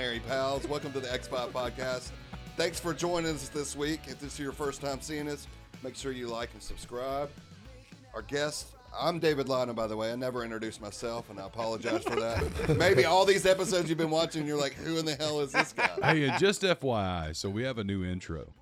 Welcome to the X5 Podcast. Thanks for joining us this week. If this is your first time seeing us, make sure you like and subscribe. Our guest, I'm David Lydon, by the way. I never introduced myself, and I apologize for that. Maybe all these episodes you've been watching, you're like, who in the hell is this guy? hey, and just FYI, so we have a new intro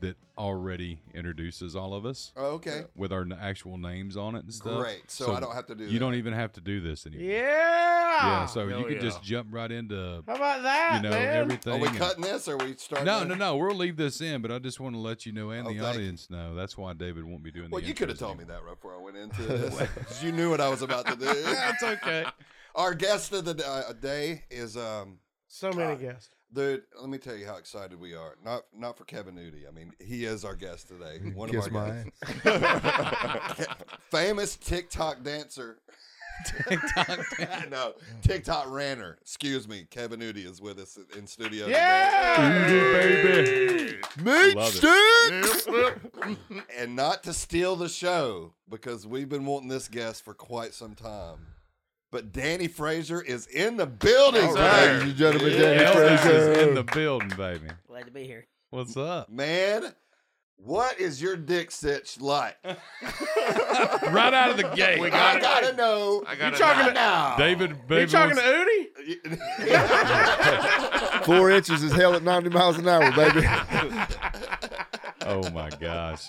that already introduces all of us Uh-huh. Oh, okay. with our n- actual names on it and stuff. Great. So I don't have to do You that. don't even have to do this anymore. Yeah. Yeah, so Hell you can yeah. just jump right into How about that? you know man? everything. Are Oh, we and- cutting this or are we starting? no, no, no. We'll leave this in, but I just want to let you know and Oh, the thank you. audience know. That's why David won't be doing. Well, the you could have intros told me anymore. that right before I went into this. 'cause you knew what I was about to do. That's okay. Our guest of the d- uh, day is um, So many guests. Dude, let me tell you how excited we are. Not not for Kevin Nudie. I mean, he is our guest today. One of our guests. famous TikTok dancer. TikTok no, TikTok ranner. Excuse me. Kevin Nudie is with us in studio. Yeah. Today. Meat Love sticks. and not to steal the show because we've been wanting this guest for quite some time. But Danny Fraser is in the building. right. today. Ladies and gentlemen, Danny Elvis is Frazier. in the building, baby. Glad to be here. What's up? Man, what is your dick sitch like? right out of the gate, We I it. gotta know. I got Right talking to now. David. you Baby talking to wants- Udi? Four inches is hell at 90 miles an hour, baby. oh my gosh.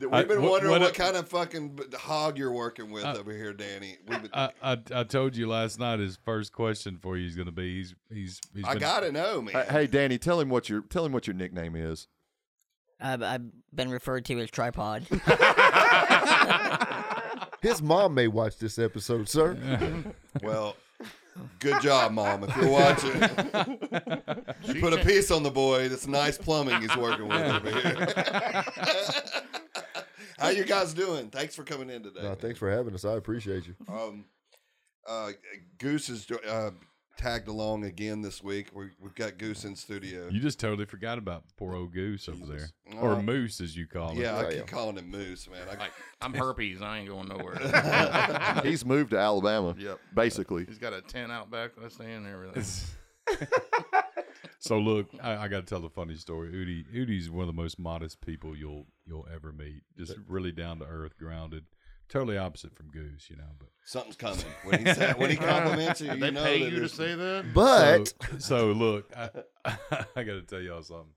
I- We've been what- wondering what, what- kind of fucking b- hog you're working with over here, Danny. We've been, I, I I told you last night his first question for you is going to be he's he's, he's I been- gotta know, man. Uh, hey, Danny, tell him what your tell him what your nickname is. I've, I've been referred to as tripod. His mom may watch this episode, sir. Well, good job, mom. If you're watching, you put a piece on the boy. That's nice plumbing he's working with over here. How you guys doing? Thanks for coming in today. no, man. Uh, thanks for having us. I appreciate you. Um, uh, Goose is uh, tagged along again this week. We, we've got Goose in studio. You just totally forgot about poor old goose over there, Jesus. or Uh, moose as you call yeah, I Oh, keep yeah. calling him Moose, man. I, Like I'm herpes. I ain't going nowhere. He's moved to Alabama, yep. basically. He's got a tent out back. I stay in there. it. With so look, I, I got to tell a funny story. Udi Udi's one of the most modest people you'll you'll ever meet. Just really down to earth, grounded. Totally opposite from Goose, you know. But something's coming when he sa- when he compliments you. they you know pay that you to it's- say that. But So, so look, I, I got to tell y'all something.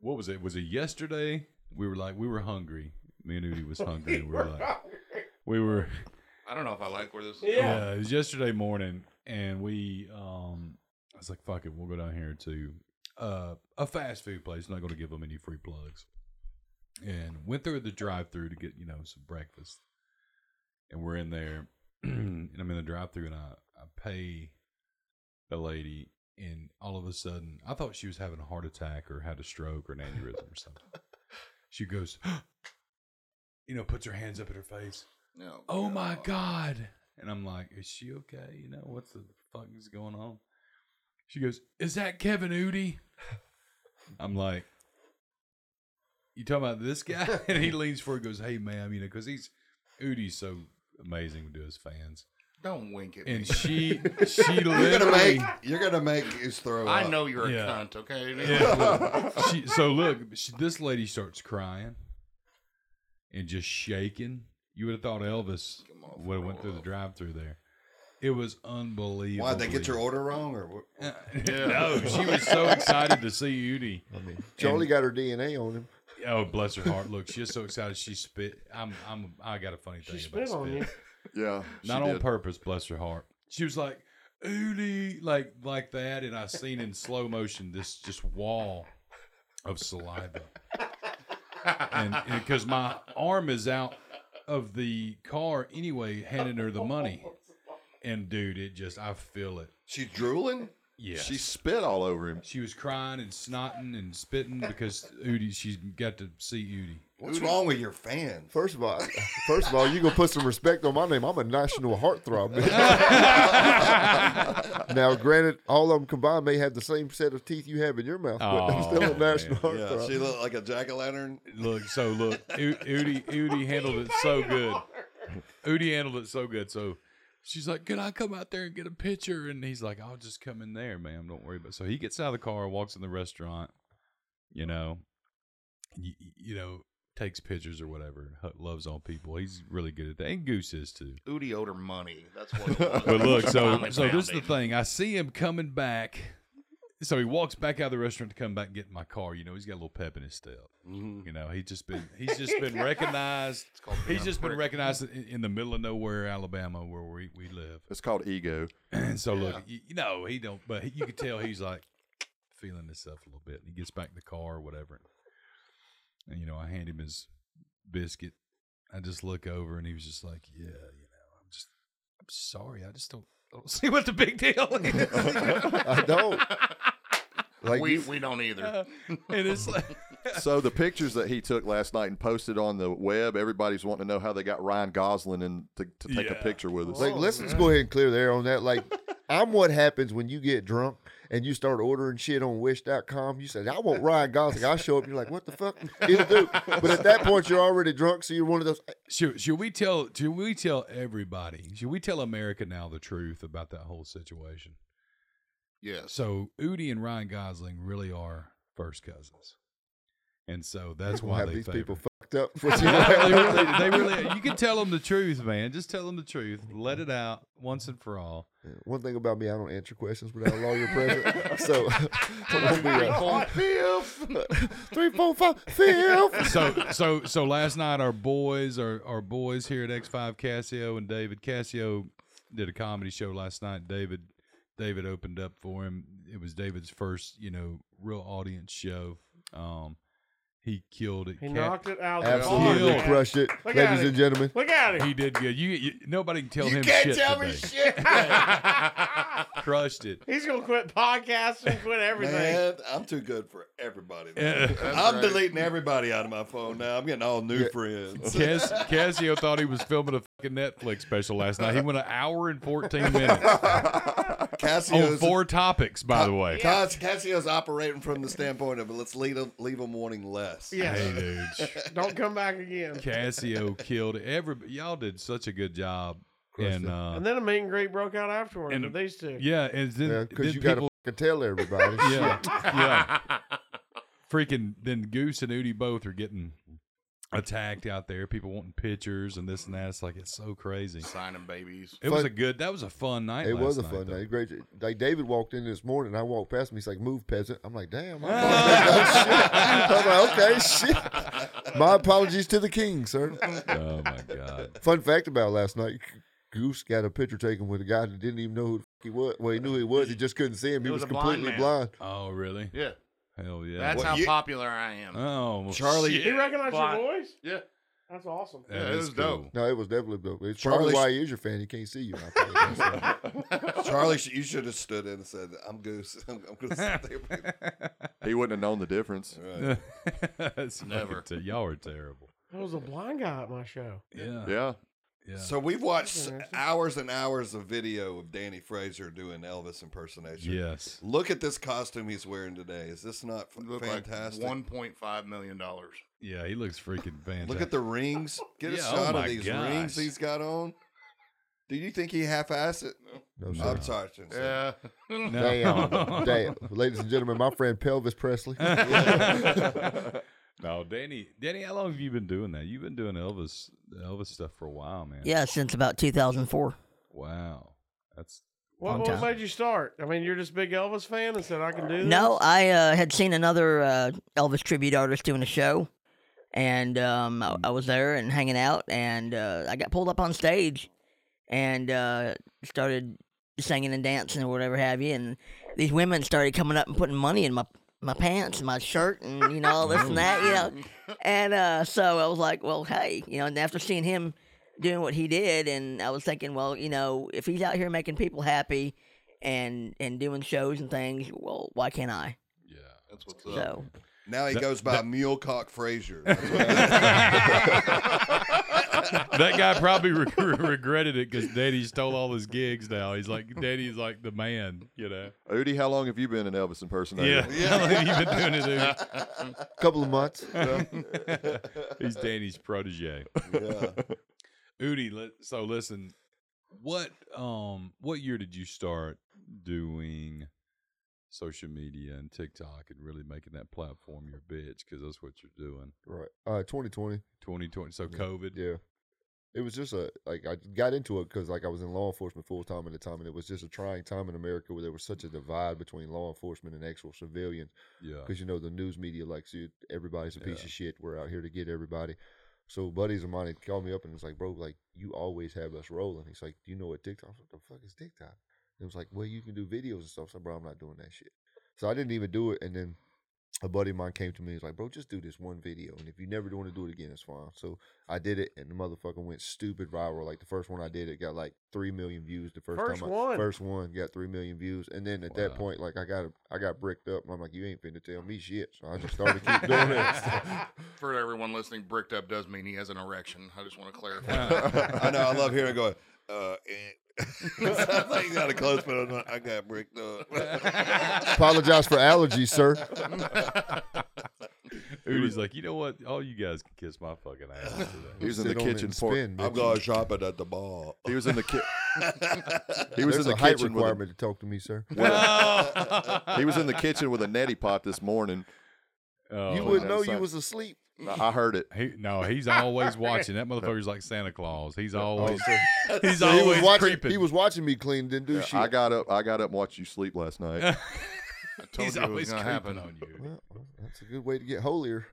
What was it? Was it yesterday? We were like, we were hungry. Me and Udi was hungry. and we were like, we were. I don't know if I like where this. is Yeah. Yeah, it was yesterday morning, and we, um, I was like, "Fuck it, we'll go down here to uh, a fast food place." not going to give them any free plugs, and went through the drive-through to get you know some breakfast, and we're in there, and I'm in the drive-through, and I, I pay the lady, and all of a sudden, I thought she was having a heart attack or had a stroke or an aneurysm or something. She goes, you know, puts her hands up at her face No. oh my god and i'm like is she okay you know what's the fuck is going on she goes is that kevin Udi? i'm like you talking about this guy and he leans forward and goes hey ma'am you know because he's Udi's so amazing to his fans Don't wink at me. and she she You're gonna literally make you're gonna make Goose throw up. I know you're Yeah. a cunt. Okay. Yeah, look, she, so look she, this lady starts crying and just shaking you would have thought elvis Come on, would have went through the drive-through there it was unbelievable Uh, Why they get your order wrong or what? No, she was so excited to see Udi. Charlie got her DNA on him. Oh, bless her heart! Look, she's so excited. She spit. I'm. I'm. I got a funny thing. She about spit on you. Yeah, Not on purpose. Bless her heart. She was like Udi, like like that, and I seen in slow motion this just wall of saliva, and because my arm is out of the car anyway, handing her the money, and dude, it just I feel it. She's drooling. Yeah, spit all over him. She was crying and snotting and spitting because Udi. She's got to see Udi. What's wrong with your fans? First of all, first of all, you gonna put some respect on my name. I'm a national heartthrob. now, granted, all of them combined may have the same set of teeth you have in your mouth, but I'm Oh, still a man. national Yeah, heartthrob. she looked like a jack o' lantern. Look, so look, U- Udi. Udi handled it so good. Udi handled it so good. So She's like, "Can I come out there and get a picture?" And he's like, "I'll just come in there, ma'am. Don't worry about." it. So he gets out of the car, walks in the restaurant, you know, you, you know, takes pictures or whatever. and hu- Loves on people. He's really good at that, and Goose is too. Udi owed her money. That's what. It was. But look, She so finally so found this is the him. thing. I see him coming back. So he walks back out of the restaurant to come back and get in my car. You know, he's got a little pep in his step. You know, he's just been he's just been recognized. called being He's a just been prick. recognized in, in the middle of nowhere, Alabama, where we, we live. It's called ego. And so look, you, you know, he don't, but he, you could tell he's like feeling himself a little bit. He gets back in the car or whatever, and you know, I hand him his biscuit. I just look over, and he was just like, "Yeah, you know, I'm just, I'm sorry, I just don't, I don't see what the big deal is." I don't. Like we you- we don't either. and it's like, So the pictures that he took last night and posted on the web, everybody's wanting to know how they got Ryan Gosling and to, to take a Yeah. picture with us. Like, Oh, let's just go ahead and clear the air on that. Like, I'm what happens when you get drunk and you start ordering shit on Wish.com. You say, I want Ryan Gosling. I show up. You're like, what the fuck? It'll do. But at that point, you're already drunk. So you're one of those. should, should we tell, should we tell everybody, should we tell America now the truth about that whole situation? Yes. So Udi and Ryan Gosling really are first cousins, and so that's We'll why have they these favor. people fucked up. For they really, they really. You can tell them the truth, man. Just tell them the truth. Let it out once and for all. One thing about me, I don't answer questions without a lawyer present. So, I'm gonna be a- three, four, five, fifth. So, so, so last night our boys, our our boys here at X Five, Cassio and David. Cassio did a comedy show last night. David, David opened up for him. It was David's first, you know, real audience show. Um, he killed it. He Ca- knocked it out. of the Absolutely park. crushed it, Look at ladies it. and gentlemen. Look at him. He did good. You, you nobody can tell you him can't shit tell today. me shit. Crushed it. He's gonna quit podcasting, quit everything. Man, I'm too good for everybody. man. Yeah. I'm deleting everybody out of my phone now. I'm getting all new friends. Cas- Casio thought he was filming a fucking Netflix special last night. He went an hour and 14 minutes on Cassio's, Oh, four topics, by the way. Cass- Cassio's operating from the standpoint of let's leave them, leave them wanting less. Yes. Hey, dude. Don't come back again. Casio killed everybody. Y'all did such a good job. And, uh, And then a meet and greet broke out afterwards And- with these two. yeah, and then, Yeah, because then you people. got to tell everybody. yeah, yeah. Freaking, then Goose and Udi both are getting attacked out there. People wanting pictures and this and that. It's like, it's so crazy. Signing babies. It was Fun- a good. That was a fun night. It was a last night, fun though. night. Great. Like David walked in this morning. I walked past him. He's like, "Move, peasant." I'm like, "Damn." I'm like, okay, shit. My apologies to the king, sir. Oh my god! Fun fact about last night: Goose got a picture taken with a guy that didn't even know who the f- he was. Well, he knew who he was. He just couldn't see him. He It was, was a blind completely man. blind. Oh really? Yeah. Hell yeah! That's What- how you- popular I am. Oh, well, Charlie- shit. He recognized Blind. your voice? Yeah. That's awesome. That Yeah, it is was dope. cool. No, it was definitely dope. It's Charlie probably Sh- why he is your fan. He can't see you. I think. That's why. Charlie, sh- you should have stood in and said, "I'm Goose. I'm, I'm going to sit there." with you." He wouldn't have known the difference. Right. That's Never. never. y'all are terrible. There was a blind guy at my show. Yeah. Yeah. yeah. So we've watched Interesting. hours and hours of video of Danny Fraser doing Elvis impersonation. yes. Look at this costume he's wearing today. Is this not f- Look like fantastic? $1.5 million. Yeah, he looks freaking fantastic. Look at the rings. Get a Yeah, oh shot of my these gosh. rings he's got on. Do you think he half-assed it? No, sir. I'm sorry. I shouldn't say that. Yeah. Damn, damn, ladies and gentlemen, my friend Pelvis Presley. no, Danny. Danny, how long have you been doing that? You've been doing Elvis Elvis stuff for a while, man. Yeah, since about 2004. Wow. That's What, Long what time. made you start? I mean, you're just a big Elvis fan and said, I can do this? No, I uh, had seen another uh, Elvis tribute artist doing a show, and um, I, I was there and hanging out, and uh, I got pulled up on stage and uh, started singing and dancing or whatever have you, and these women started coming up and putting money in my my pants, and my shirt, and you know all this and that, you know, and uh, so I was like, well, hey, you know, and after seeing him doing what he did, and I was thinking, well, you know, if he's out here making people happy and and doing shows and things. Well, why can't I? yeah. That's what's up. So Now he goes by Mulecock Fraser. That's what- That guy probably reg- regretted it because Danny stole all his gigs. Now he's like Danny's like the man, you know. Udi, how long have you been an Elvis impersonator? How long have you been doing it? Dude? couple of months. He's Danny's protege. yeah. Udi, li- so listen, What um what year did you start doing social media and TikTok and really making that platform your bitch? Because that's what you're doing. Right. Uh, 2020. 2020. So COVID. Yeah. It was just a like I got into it because like I was in law enforcement full time at the time, and it was just a trying time in America where there was such a divide between law enforcement and actual civilians. Yeah. because you know the news media likes you. Everybody's a piece Yeah. of shit. We're out here to get everybody. So buddies of mine had called me up and was like, "Bro, like you always have us rolling." He's like, "Do you know what TikTok? I was like, the fuck is TikTok?" And it was like, "Well, you can do videos and stuff." So, bro, I'm not doing that shit. So I didn't even do it. And then a buddy of mine came to me. He's like, "Bro, just do this one video, and if you never want to do it again, it's fine." So I did it, and the motherfucker went stupid viral. Like the first one I did, it got like three million views. The first, First time, I- one. first one got three million views, and then at that Wow. point, like I got I got bricked up, and I'm like, "You ain't finna tell me shit." So I just started to keep doing it. For everyone listening, bricked up does mean he has an erection. I just want to clarify. I know. I love hearing it going. Uh, eh. Sounds like you got a close, but I'm not, I got bricked up. Apologize for allergies, sir. Udi's like, you know what? All you guys can kiss my fucking ass today. He was in the Sit on it kitchen and for. spin, I'm bitch. going shopping at the mall. He was in the kitchen. he was There's in the a height kitchen with a requirement to talk to me, sir. Oh. he was in the kitchen with a neti pot this morning. Oh, you wouldn't no, know son. you was asleep. I I heard it. He, no, he's always watching. That motherfucker's like Santa Claus. He's always Oh. so- Oh, he's So he always was watching. creeping. He was watching me clean. Didn't do Yeah, shit. I got up. I got up and watched you sleep last night. I told he's you it was always going creeping to happen. on you. Well, well, that's a good way to get holier.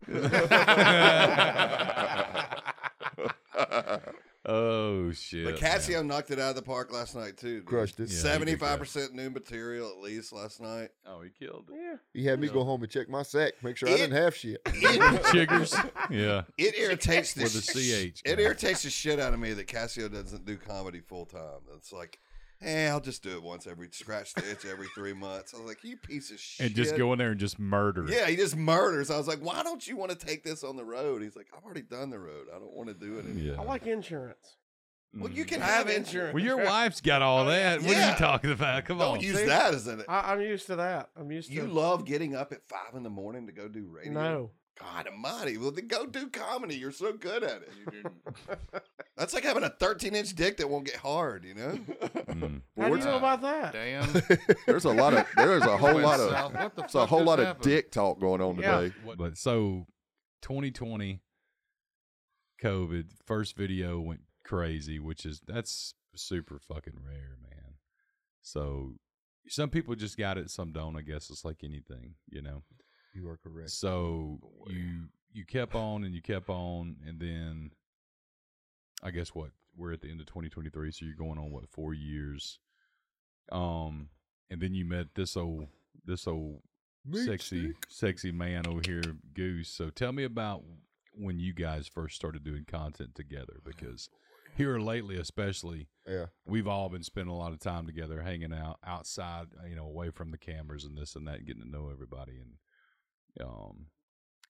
oh shit! But Cassium knocked it out of the park last night too. dude. Crushed it. Yeah, he did Seventy-five percent new material at least last night. man. Oh, he killed it. Yeah. He had me go home and check my sack, make sure I didn't have shit. Chiggers. Yeah. It irritates the, With the sh- CH, It guy. irritates the shit out of me that Cassio doesn't do comedy full time. It's like, eh, I'll just do it once every scratch the itch every three months. I was like, you piece of shit. And just go in there and just murder. Yeah, he just murders. I was like, why don't you want to take this on the road? He's like, I've already done the road. I don't want to do it anymore. Yeah. I like insurance. Well, Mm. you Mm. I can have have insurance. insurance. Well, your wife's got all that. What are Yeah. you talking about? Come on. Don't use that as an. I, I'm used to that. I'm used to You love getting up at five in the morning to go do radio. No. God Almighty! Well, then go do comedy. You're so good at it. That's like having a 13 inch dick that won't get hard. You know. Mm. How do we're you know about that? Damn. There's a lot of there is a whole Went lot south. of What the it's a fuck whole just lot of happened? dick talk going on Yeah. today. But so 2020 COVID first video went crazy, which is that's super fucking rare, man. So some people just got it, some don't. I guess it's like anything, you know. You are correct. So you you kept on and you kept on, and then I guess what we're at the end of 2023, so you're going on what four years, um, and then you met this old this old sexy sexy man over here, Goose. So tell me about when you guys first started doing content together, because here lately, especially, Yeah. we've all been spending a lot of time together, hanging out outside, uh, you know, away from the cameras and this and that, getting to know everybody. And um,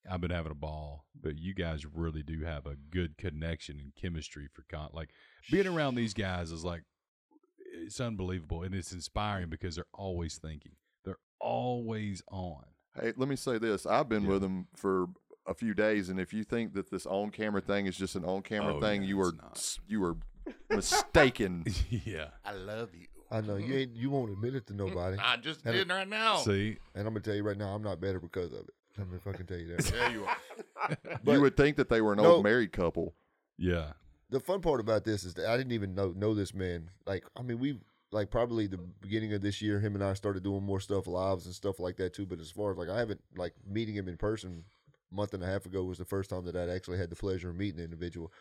I've been having a ball, but you guys really do have a good connection and chemistry for con. Like being around these guys is like it's unbelievable and it's inspiring because they're always thinking, they're always on. Hey, let me say this: I've been Yeah. with him for a few days, and if you think that this on camera thing is just an on camera Oh, thing, yeah, you it's are not. s- you are mistaken. yeah. I love you. I know you ain't. You won't admit it to nobody. I just Had a- did right now. See, And I'm gonna tell you right now, I'm not better because of it. I'm gonna fucking tell you that. There you are. you But- would think that they were an No. old married couple. yeah, the fun part about this is that I didn't even know know this man. Like, I mean, we like probably the beginning of this year, him and I started doing more stuff, lives and stuff like that too. But as far as like, I haven't like meeting him in person. a Month and a half ago was the first time that I'd actually had the pleasure of meeting an individual.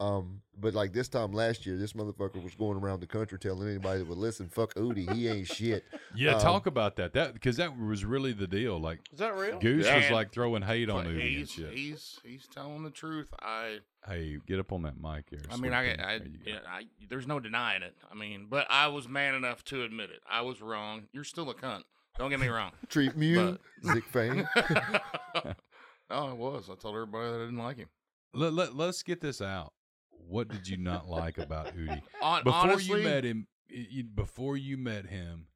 Um, but like this time last year, this motherfucker was going around the country telling anybody that would listen, "Fuck Udi, he ain't shit." yeah. Um, talk about that. That because that was really the deal. Like Is that real? Goose Yeah. was like throwing hate on But Udi and he's, shit. he's he's telling the truth. I Hey, get up on that mic here. I mean, I, sweetie. I, There you go. yeah, I, there's no denying it. I mean, but I was man enough to admit it. I was wrong. You're still a cunt. Don't get me wrong. Treat me, Zick Fane. oh, I was. I told everybody that I didn't like him. Let, let, let's get this out. What did you not like about Udi? On, Before honestly, you met him, y- you- before you met him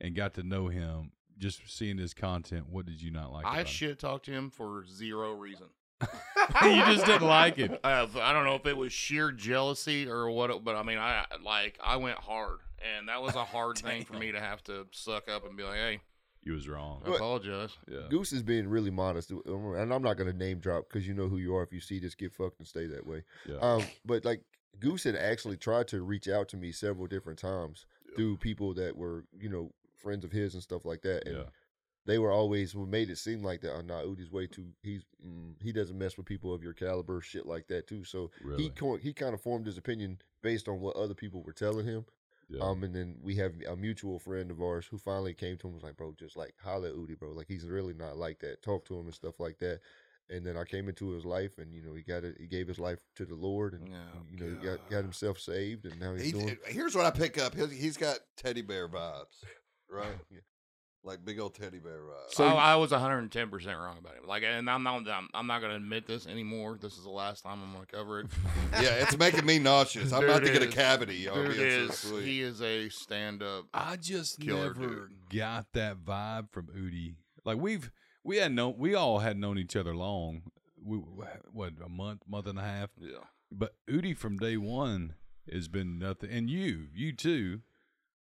and got to know him, just seeing his content, what did you not like? I about him? shit talked to him for zero reason. you just didn't like it. I, I don't know if it was sheer jealousy or what, it- but I mean, I like I went hard, and that was a hard thing for me to have to suck up and be like, "Hey, You was wrong. I apologize." Yeah. Goose is being really modest, and I'm not going to name drop because you know who you are. If you see this, get fucked and stay that way. Yeah. uh, Um, but like Goose had actually tried to reach out to me several different times through people that were you know friends of his and stuff like that, and Yeah. they were always well, made it seem like that. Oh, nah, Udi's way too. He's mm, he doesn't mess with people of your caliber, shit like that too. So he Really? co- he kind of formed his opinion based on what other people were telling him. Yeah. Um, and then we have a mutual friend of ours who finally came to him and was like, bro, just like holla at Udi, bro. Like he's really not like that. Talk to him and stuff like that. And then I came into his life, and you know he got it. He gave his life to the Lord, and Oh, you know he got, got himself saved, and now he's He, uh, doing. here's what I pick up. He's, he's got teddy bear vibes, right? uh, Yeah. Like big old teddy bear vibes. So I, I was 110 percent wrong about it. Like, and I'm not I'm, I'm not gonna admit this anymore. This is the last time I'm gonna cover it. yeah, it's making me nauseous. I'm Dude, about to it get a is. cavity. y'all Dude being so is sweet. he is a stand up. I just Killer never dude. got that vibe from Udi. Like we've we had known we all had known each other long. We what a month, month and a half. Yeah, But Udi from day one has been nothing, and you, you too,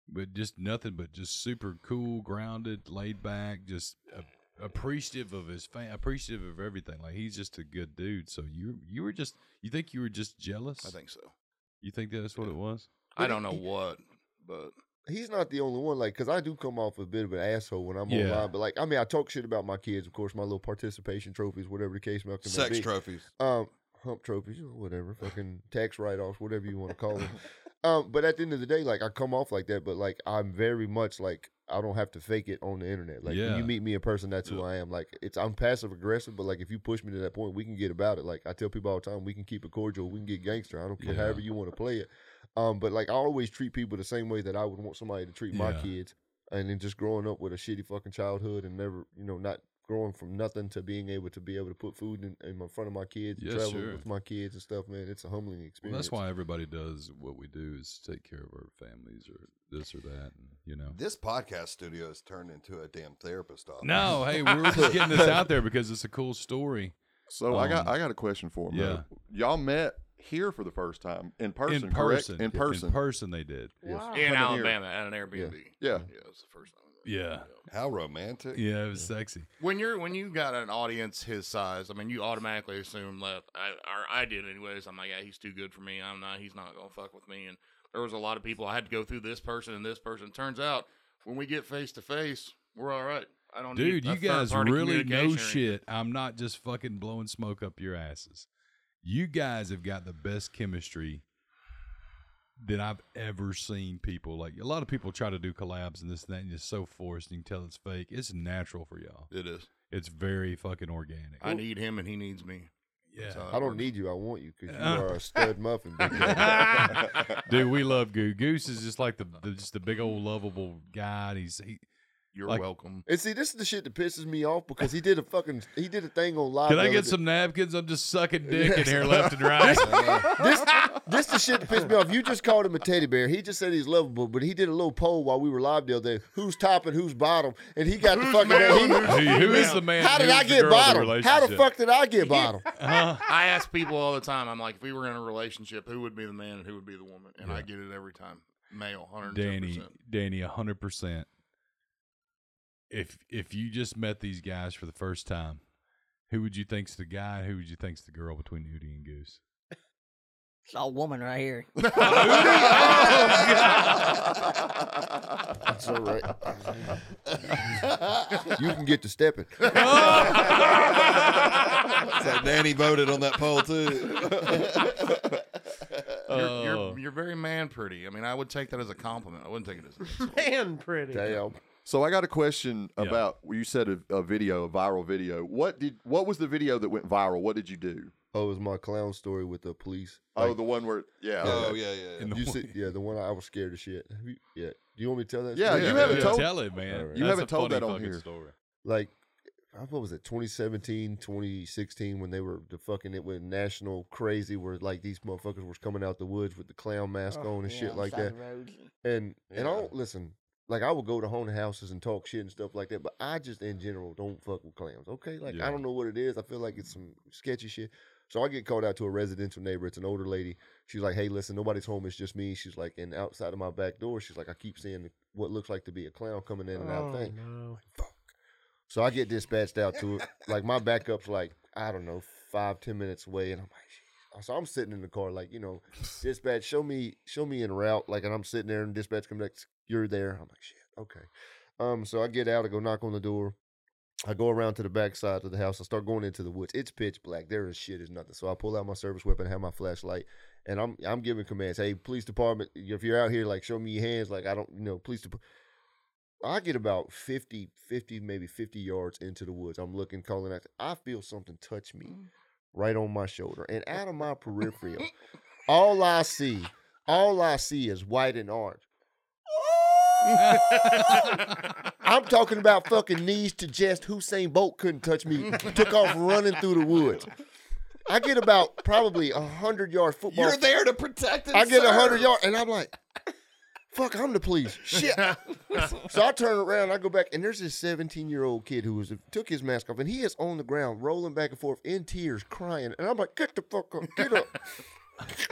but just nothing but just super cool, grounded, laid back, just a, appreciative of his fan, appreciative of everything. Like he's just a good dude. So you, you were just, you think you were just jealous? I think so. you think that's what it was. I don't know what, but He's not the only one, like, cause I do come off a bit of an asshole when I'm Yeah. online, but like, I mean, I talk shit about my kids, of course, my little participation trophies, whatever the case may may Sex be. trophies. um, hump trophies, you know, whatever, fucking tax write offs, whatever you want to call them. um, but at the end of the day, like I come off like that, but like I'm very much like I don't have to fake it on the internet. Like when Yeah. you meet me in person, that's who I am. Like it's I'm passive aggressive, but like if you push me to that point, we can get about it. Like I tell people all the time, we can keep it cordial, we can get gangster. I don't care Yeah. however you want to play it. Um, but like I always treat people the same way that I would want somebody to treat my Yeah. kids. And then just growing up with a shitty fucking childhood and never, you know, not growing from nothing to being able to be able to put food in, in front of my kids, and Yeah, travel sure. with my kids and stuff, man. It's a humbling Well, experience. that's why everybody does what we do is take care of our families or this or that, and, you know. This podcast studio has turned into a damn therapist office. No, hey, we were just getting this out there because it's a cool story. So I got Um, I got a question for him. yeah. Y'all met here for the first time in person, in correct? person, In person. in person, they did. Wow. Come in in here. Alabama at an Airbnb. Yeah. yeah, it was the first time. Yeah. How romantic. Yeah, it was sexy. When you're when you got an audience his size, I mean, you automatically assume left. I or I did anyways. I'm like, yeah, he's too good for me. I'm not. He's not gonna fuck with me. And there was a lot of people. I had to go through this person and this person. Turns out, when we get face to face, we're all right. I don't. need Dude, a you guys third-party really know communication or shit. I'm not just fucking blowing smoke up your asses. You guys have got the best chemistry that I've ever seen people. Like a lot of people try to do collabs and this and that, and it's so forced and you can tell it's fake. It's natural for y'all. anything. It is. It's very fucking organic. I need him and he needs me. That's yeah. how it I don't works. need you. I want you because you Uh. are a stud muffin. big guy. Dude, we love Goose. Goose is just like the, the just the big old lovable guy. and He's he, You're Like- welcome. and see, this is the shit that pisses me off because he did a fucking he did a thing on live. Can the I other get day. some napkins? I'm just sucking dick in here left and right. This this the shit that pissed me off. You just called him a teddy bear. He just said he's lovable, but he did a little poll while we were live the other day. Who's top and who's bottom? And he got the fucking. male he- and who's Hey, who is the man? how did who I is the get girl in the bottom? How the relationship? fuck did I get bottom? I ask people all the time. I'm like, if we were in a relationship, who would be the man and who would be the woman? And I get it every time. Male, 110%. Danny, Danny, hundred percent. If if you just met these guys for the first time, who would you think's the guy? and Who would you think's the girl between Udi and Goose? It's all woman right here. Oh, That's all right. you can get to stepping. So Danny voted on that poll too. You're, Oh. Uh, you're, you're very man pretty. I mean, I would take that as a compliment. I wouldn't take it as an insult. Man, pretty. Damn. So I got a question Yeah. about you said a, a video, a viral video. What did what was the video that went viral? What did you do? Oh, it was my clown story with the police. oh, the one where yeah. Oh okay. yeah, yeah. yeah. In the You one- see, yeah, the one I was scared of shit. Have you- Yeah. Do you want me to tell that? Yeah, story? you haven't told- tell it, man. Alright. That's You haven't a told funny that on fucking here. Story. like I- what was it 2017 2016 when they were the fucking it went national crazy where like these motherfuckers was coming out the woods with the clown mask Oh, on and Yeah, shit like side that of the roads. and and I Yeah. don't listen like I would go to haunted houses and talk shit and stuff like that, but I just in general don't fuck with clams. Okay, like Yeah. I don't know what it is. I feel like it's some sketchy shit. So I get called out to a residential neighbor. It's an older lady. She's like, "Hey, listen, nobody's home. It's just me." She's like, and outside of my back door, she's like, "I keep seeing what looks like to be a clown coming in and out." Oh, Thing. no. So I get dispatched out to it. Like my backup's like I don't know five ten minutes away, and I'm like, "Jeez." so I'm sitting in the car like you know, dispatch show me show me en route like, and I'm sitting there and dispatch comes like you're there. I'm like shit okay. Um, so I get out, I go knock on the door. I go around to the back side of the house. I start going into the woods. It's pitch black. There is shit is nothing. So I pull out my service weapon, have my flashlight, and I'm I'm giving commands. Hey, police department, if you're out here, like show me your hands. Like I don't, you know, police department. I get about 50, 50, maybe 50 yards into the woods. I'm looking, calling out. I feel something touch me right on my shoulder. And out of my peripheral, all I see, all I see is white and orange. I'm talking about fucking knees to just Hussein Bolt couldn't touch me. Took off running through the woods. I get about probably a hundred yard football. You're there to protect and I get a serve. hundred yard, and I'm like, "Fuck, I'm the police." Shit. so I turn around, I go back, and there's this 17 year old kid who was took his mask off, and he is on the ground, rolling back and forth in tears, crying. And I'm like, "Get the fuck up, get up!"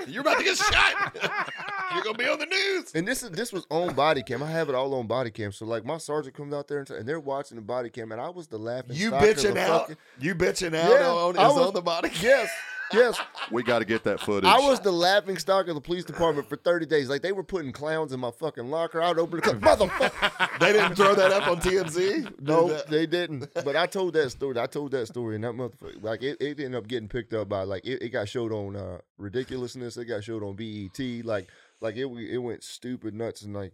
You're about to get shot. You're gonna be on the news. and this is this was on body cam. I have it all on body cam. So like, my sergeant comes out there, and, and they're watching the body cam, and I was the laughing. You stock of the bitching out. fucking- You bitching out Yeah, on, I is was- on the body. Yes, yes. We got to get that footage. I was the laughing stock of the police department for 30 days. Like they were putting clowns in my fucking locker. I would open the motherfucker. They didn't throw that up on TMZ. No, they didn't. But I told that story. I told that story, and that motherfucker, like it, it ended up getting picked up by like it, it got showed on uh, ridiculousness. It got showed on BET. Like like it it went stupid nuts and like.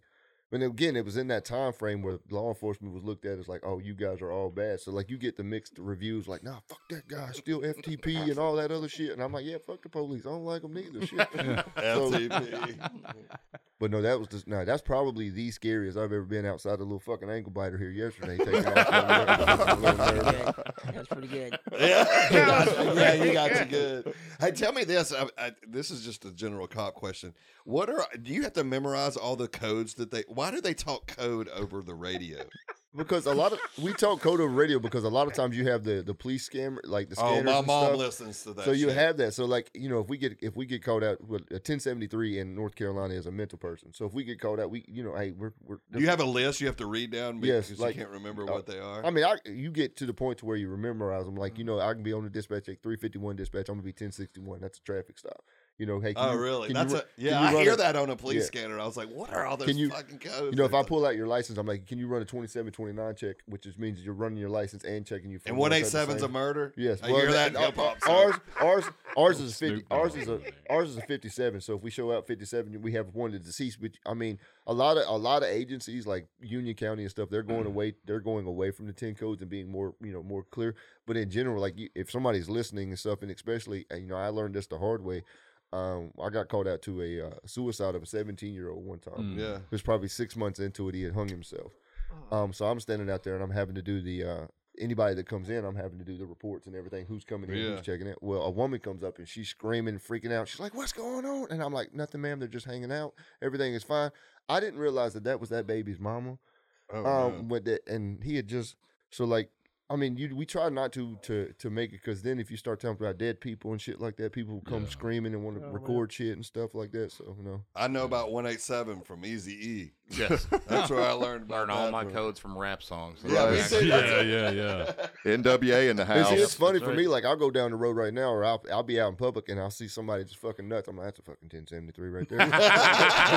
And again, it was in that time frame where law enforcement was looked at as like, "Oh, you guys are all bad." So like, you get the mixed reviews, like, "Nah, fuck that guy, still FTP and all that other shit." And I'm like, "Yeah, fuck the police, I don't like them neither." Shit. So- FTP. but no, that was just no. That's probably the scariest I've ever been outside the little fucking ankle biter here yesterday. Taking off. Good. That's pretty good. Yeah, you got- yeah, you got you good. Hey, tell me this. I, I, this is just a general cop question. What are do you have to memorize all the codes that they? Why do they talk code over the radio? because a lot of we talk code over radio because a lot of times you have the the police scammer like the Oh, scanners. my and mom stuff. listens to that. So you shit. have that. So like you know, if we get if we get called out, well, a ten seventy three in North Carolina is a mental person. So if we get called out, we you know, hey, we're we're. Do you have a list you have to read down Yes, because like- you can't remember uh, what they are. I mean, I you get to the point to where you memorize them. Like you know, I can be on the dispatch at three fifty one dispatch. I'm gonna be ten sixty one. That's a traffic stop. You know, hey, can oh, you- really? can That's you, a run- yeah. can you I run hear a- that on a police yeah. scanner. I was like, what are all those Can you- fucking codes? You know, if I It's like- pull out your license, I'm like, can you run a 2729 check, which just means you're running your license and checking you. and one eight seven's a month. murder. Yes, I hear that and in hip hop. Ours, ours, ours is Snoop fifty. Ours Dogg. is a ours is a fifty-seven. So if we show out fifty-seven, we have one to deceased. Which I mean, a lot of a lot of agencies like Union County and stuff, they're going Mm-hmm. away. They're going away from the ten codes and being more you know more clear. But in general, like you, if somebody's listening and stuff, and especially and, you know, I learned this the hard way. Um, I got called out to a uh, suicide of a seventeen-year-old one time. Hmm. Mm. Yeah. It was probably six months into it. He had hung himself. Oh. Um, so I'm standing out there and I'm having to do the uh, anybody that comes in, I'm having to do the reports and everything. Who's coming in? Yeah. Who's checking it? Well, a woman comes up and she's screaming, freaking out. She's like, "What's going on?" And I'm like, "Nothing, ma'am. They're just hanging out. Everything is fine." I didn't realize that that was that baby's mama Oh, no. um but that and he had just so like i mean you we try not to to to make it because then if you start talking about dead people and shit like that people will come Yeah. screaming and want to Oh, man. record shit and stuff like that so you know I know about one eight seven from Easy E. Yes. That's where I learned about Learn all that my from. codes from rap songs. Yeah, Right. me too. yeah, yeah, yeah. NWA in the it's, house. it's funny for Right. me like i'll go down the road right now or I'll, I'll be out in public and i'll see somebody just fucking nuts i'm like that's a fucking 1073 right there 'Cause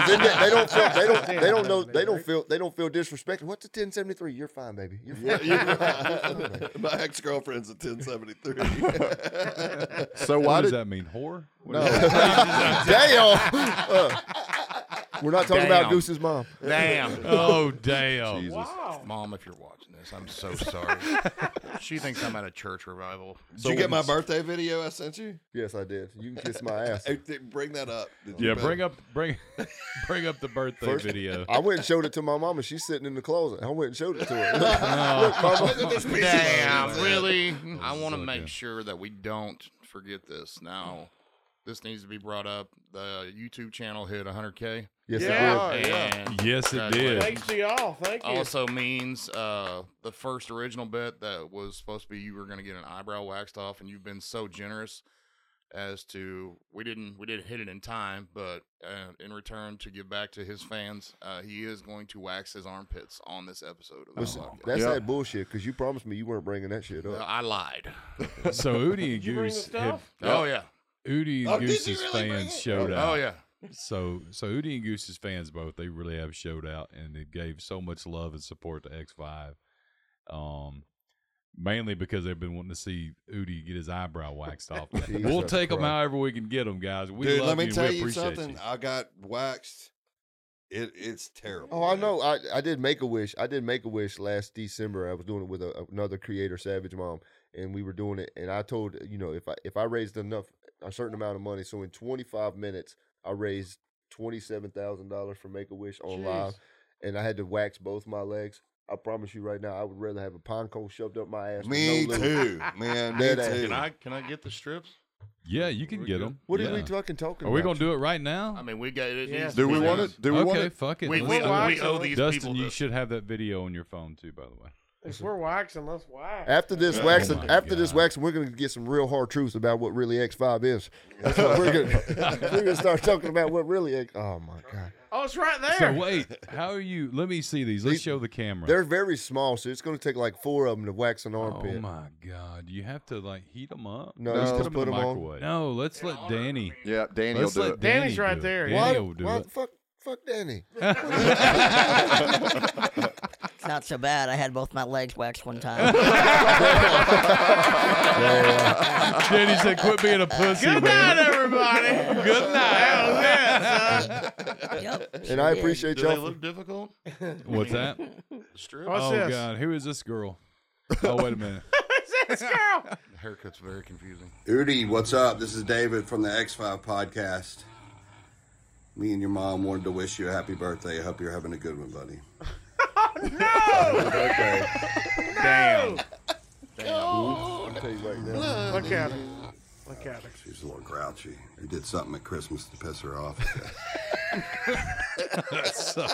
then they, they don't feel they don't they don't know they don't feel they don't feel disrespected what's a 1073 you're fine baby you're fine. My ex girlfriend's a 1073. so What why does did that mean, whore? What No. is that? damn Uh, we're not talking about Damn. goose's mom Damn. Oh damn! Jesus? Wow. Mom, if you're watching this, I'm so sorry. she thinks I'm at a church revival. Did you get my birthday video I sent you? Yes, I did. You can kiss my ass. Hey, th- Bring that up. Did you Yeah, bet- bring up bring bring up the birthday First- video. I went and showed it to my mama. She's sitting in the closet. I went and showed it to her. Look, look, mama. Look at this piece of- Oh. Damn, really? I is want to so make good. sure that we don't forget this. Now, this needs to be brought up. The YouTube channel hit 100K. Yes, Yeah. it Oh, yeah. And Yes, it did. Congratulations. Thanks to y'all. Thank you. also means uh, the first original bit that was supposed to be you were going to get an eyebrow waxed off, and you've been so generous as to we didn't we didn't hit it in time, but uh, in return to give back to his fans, uh, he is going to wax his armpits on this episode of the Was- podcast. did. That's Yeah. that bullshit because you promised me you weren't bringing that shit Uh, up. I lied. So Udi and Did you bring the Goose, had, stuff? Oh yeah. Udi and Oh, did you Goose's really bring fans it? showed out. Oh yeah. So, so Udi and Goose's fans both they really have showed out and they gave so much love and support to X Five, um, mainly because they've been wanting to see Udi get his eyebrow waxed off. we'll Jesus take them Christ. however we can get them, guys. We Dude, love let me you. and tell we you appreciate something. You. I got waxed. It it's terrible. Oh, I man. know. I, I did make a wish. I did make a wish last December. I was doing it with a, another creator, Savage Mom, and we were doing it. And I told you know if I if I raised enough a certain amount of money, so in 25 minutes I raised twenty seven thousand dollars for Make a Wish on Jeez. live, and I had to wax both my legs. I promise you right now, I would rather have a pine cone shoved up my ass. with Me no lube. too, man. Me Dead ass. too. Can I can I get the strips? Yeah, you can We're get good. them. What yeah. are we fucking talking? Are we about? gonna do it right now? I mean, we got it. Yes. needs to Do we be want done. it? Do we okay, want it? fuck it. We, Let's we, do want it. we owe these Dustin, people. you this. should have that video on your phone too, by the way. if we're waxing, let's wax. After this Oh waxing, my after this God. waxing, we're gonna get some real hard truths about what really X five is. That's what we're gonna we're gonna start talking about what really X. Oh my god, Oh, it's right there. So wait, how are you? Let me see these. Let's These- show the camera. they're very small, so it's gonna take like four of them to wax an Oh armpit. my god, you have to like heat them up. No, you No. just put in them the on. microwave. No, let's let Danny. Yeah, Danny will Let's do let it. Danny Danny's do right it. there. Danny Why, will do why it. the fuck, fuck Danny? It's not so bad. I had both my legs waxed one time. Danny said, "Quit being a pussy." Good night, man." everybody. Good night. That was it, son. yep. And I appreciate Do they y'all. look difficult? What's that? Strip. What's oh this? god, who is this girl? Oh wait a minute. What's this girl? Haircut's very confusing. Udi, what's up? This is David from the X5 podcast. Me and your mom wanted to wish you a happy birthday. I hope you're having a good one, buddy. Damn. I'll tell you right now. Look at her. Look at her. She's a little grouchy. You did something at Christmas to piss her off. So,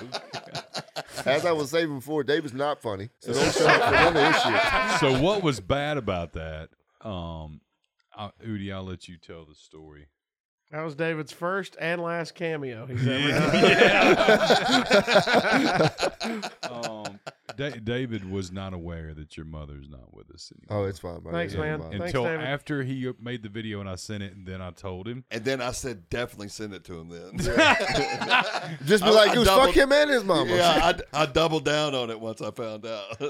As I was saying before, David's not funny, so don't show up for none of this shit. so what was bad about that? Um, I, Udi, I'll let you tell the story. That was David's first and last cameo he's ever done. Um, da- David was not aware that your mother's not with us anymore. Oh, it's fine, buddy. Thanks, It's man. fine. Thanks, until David. after he made the video and I sent it, and then I told him. and then I said, definitely send it to him then. Just be I- like, I Goose, doubled- fuck him and his mama. yeah, I, I doubled down on it once I found out.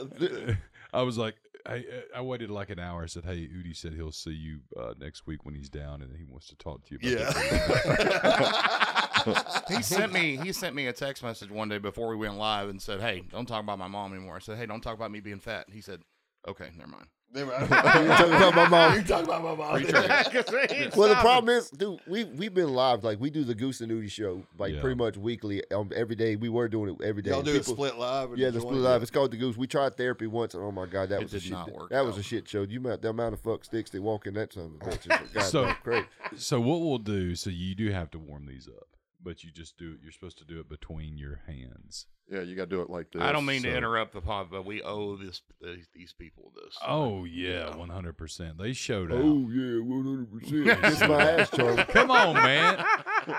I was like, I, I waited like an hour. I said, "Hey, Udi said he'll see you uh, next week when he's down, and he wants to talk to you." About yeah. this." He sent me he sent me a text message one day before we went live and said, "Hey, don't talk about my mom anymore." I said, "Hey, don't talk about me being fat." He said, "Okay, never mind." Never mind. You talking about my mom? you talking about my mom. 'Cause he ain't Well, stopping. the problem is, dude, we we've been live like we do the Goose and Nudie show like Yeah. pretty much weekly, um, every day. We were doing it every day. Y'all And do a people- split live? and Yeah, the join? split live. It's called the Goose. We tried therapy once, and oh my god, that It was a did shit. not work that was out. a shit show. You amount the amount of fuck sticks they walk in that son of a bitch. God, So- so great. So what we'll do? So you do have to warm these up, but you just do it. You're supposed to do it between your hands. Yeah, you got to do it like this. I don't mean so- to interrupt the pod, but we owe this these, these people this. Oh yeah, one hundred percent. They showed out. Oh yeah, one hundred percent. Kiss my ass, Charlie. Come on, man.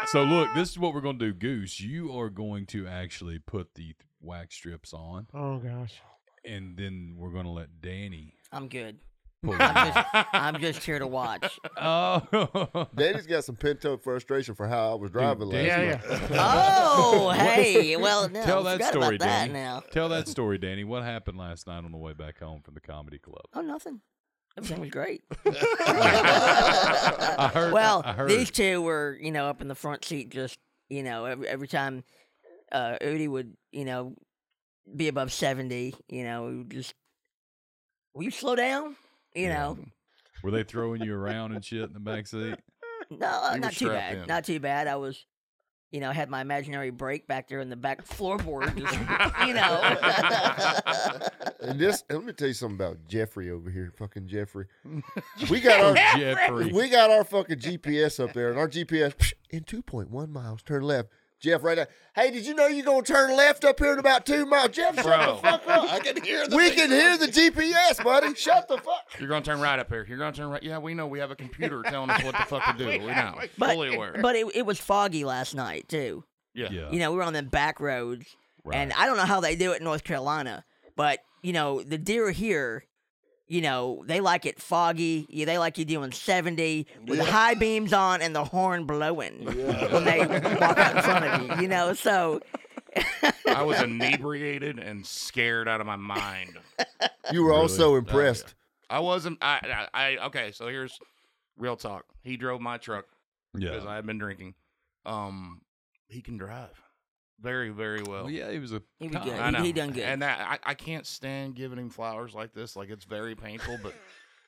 So look, this is what we're gonna do, Goose. You are going to actually put the wax strips on, Oh gosh. and then we're gonna let Danny. I'm good. Pull it I'm out. just, I'm just here to watch. oh, Daddy's got some pent up frustration for how I was driving last Yeah, night. yeah. Uh, Oh, hey. Well, no, Tell I that forgot story, about that Danny. now. Tell that story, Danny. What happened last night on the way back home from the comedy club? Oh, nothing. Everything was great. I heard. Uh, Well, I heard. these two were, you know, up in the front seat, just you know, every, every time uh, Udi would, you know, be above seventy, you know, we would just will you slow down? You Yeah. know, were they throwing you around and shit in the back seat? no, uh, You were not too strapped bad, in. not too bad. I was, you know, had my imaginary break back there in the back floorboard. just, you know. And this, and let me tell you something about Jeffrey over here, fucking Jeffrey. We got our Jeffrey. we got our fucking GPS up there, and our GPS psh, in two point one miles, turn left. Jeff, right now. Hey, did you know you're gonna turn left up here in about two miles? Jeff, shut the fuck up. I can hear the We can hear the GPS, buddy. Shut the fuck. You're gonna turn right up here. You're gonna turn right. Yeah, we know we have a computer telling us what the fuck to do. We know, But- fully aware. but it, it was foggy last night, too. Yeah, Yeah. You know, we were on the back roads, right. and I don't know how they do it in North Carolina, but you know, the deer here, you know, they like it foggy. Yeah, they like you doing seventy with the high beams on and the horn blowing when they walk out in front of you. You know, so I was inebriated and scared out of my mind. You were also impressed. I wasn't. I, I, I okay. So here's real talk. He drove my truck because yeah. I had been drinking. Um, he can drive very, very well. Well, yeah, he was a. he was cop. good. I know. He, he done good. And that I, I can't stand giving him flowers like this. Like it's very painful. But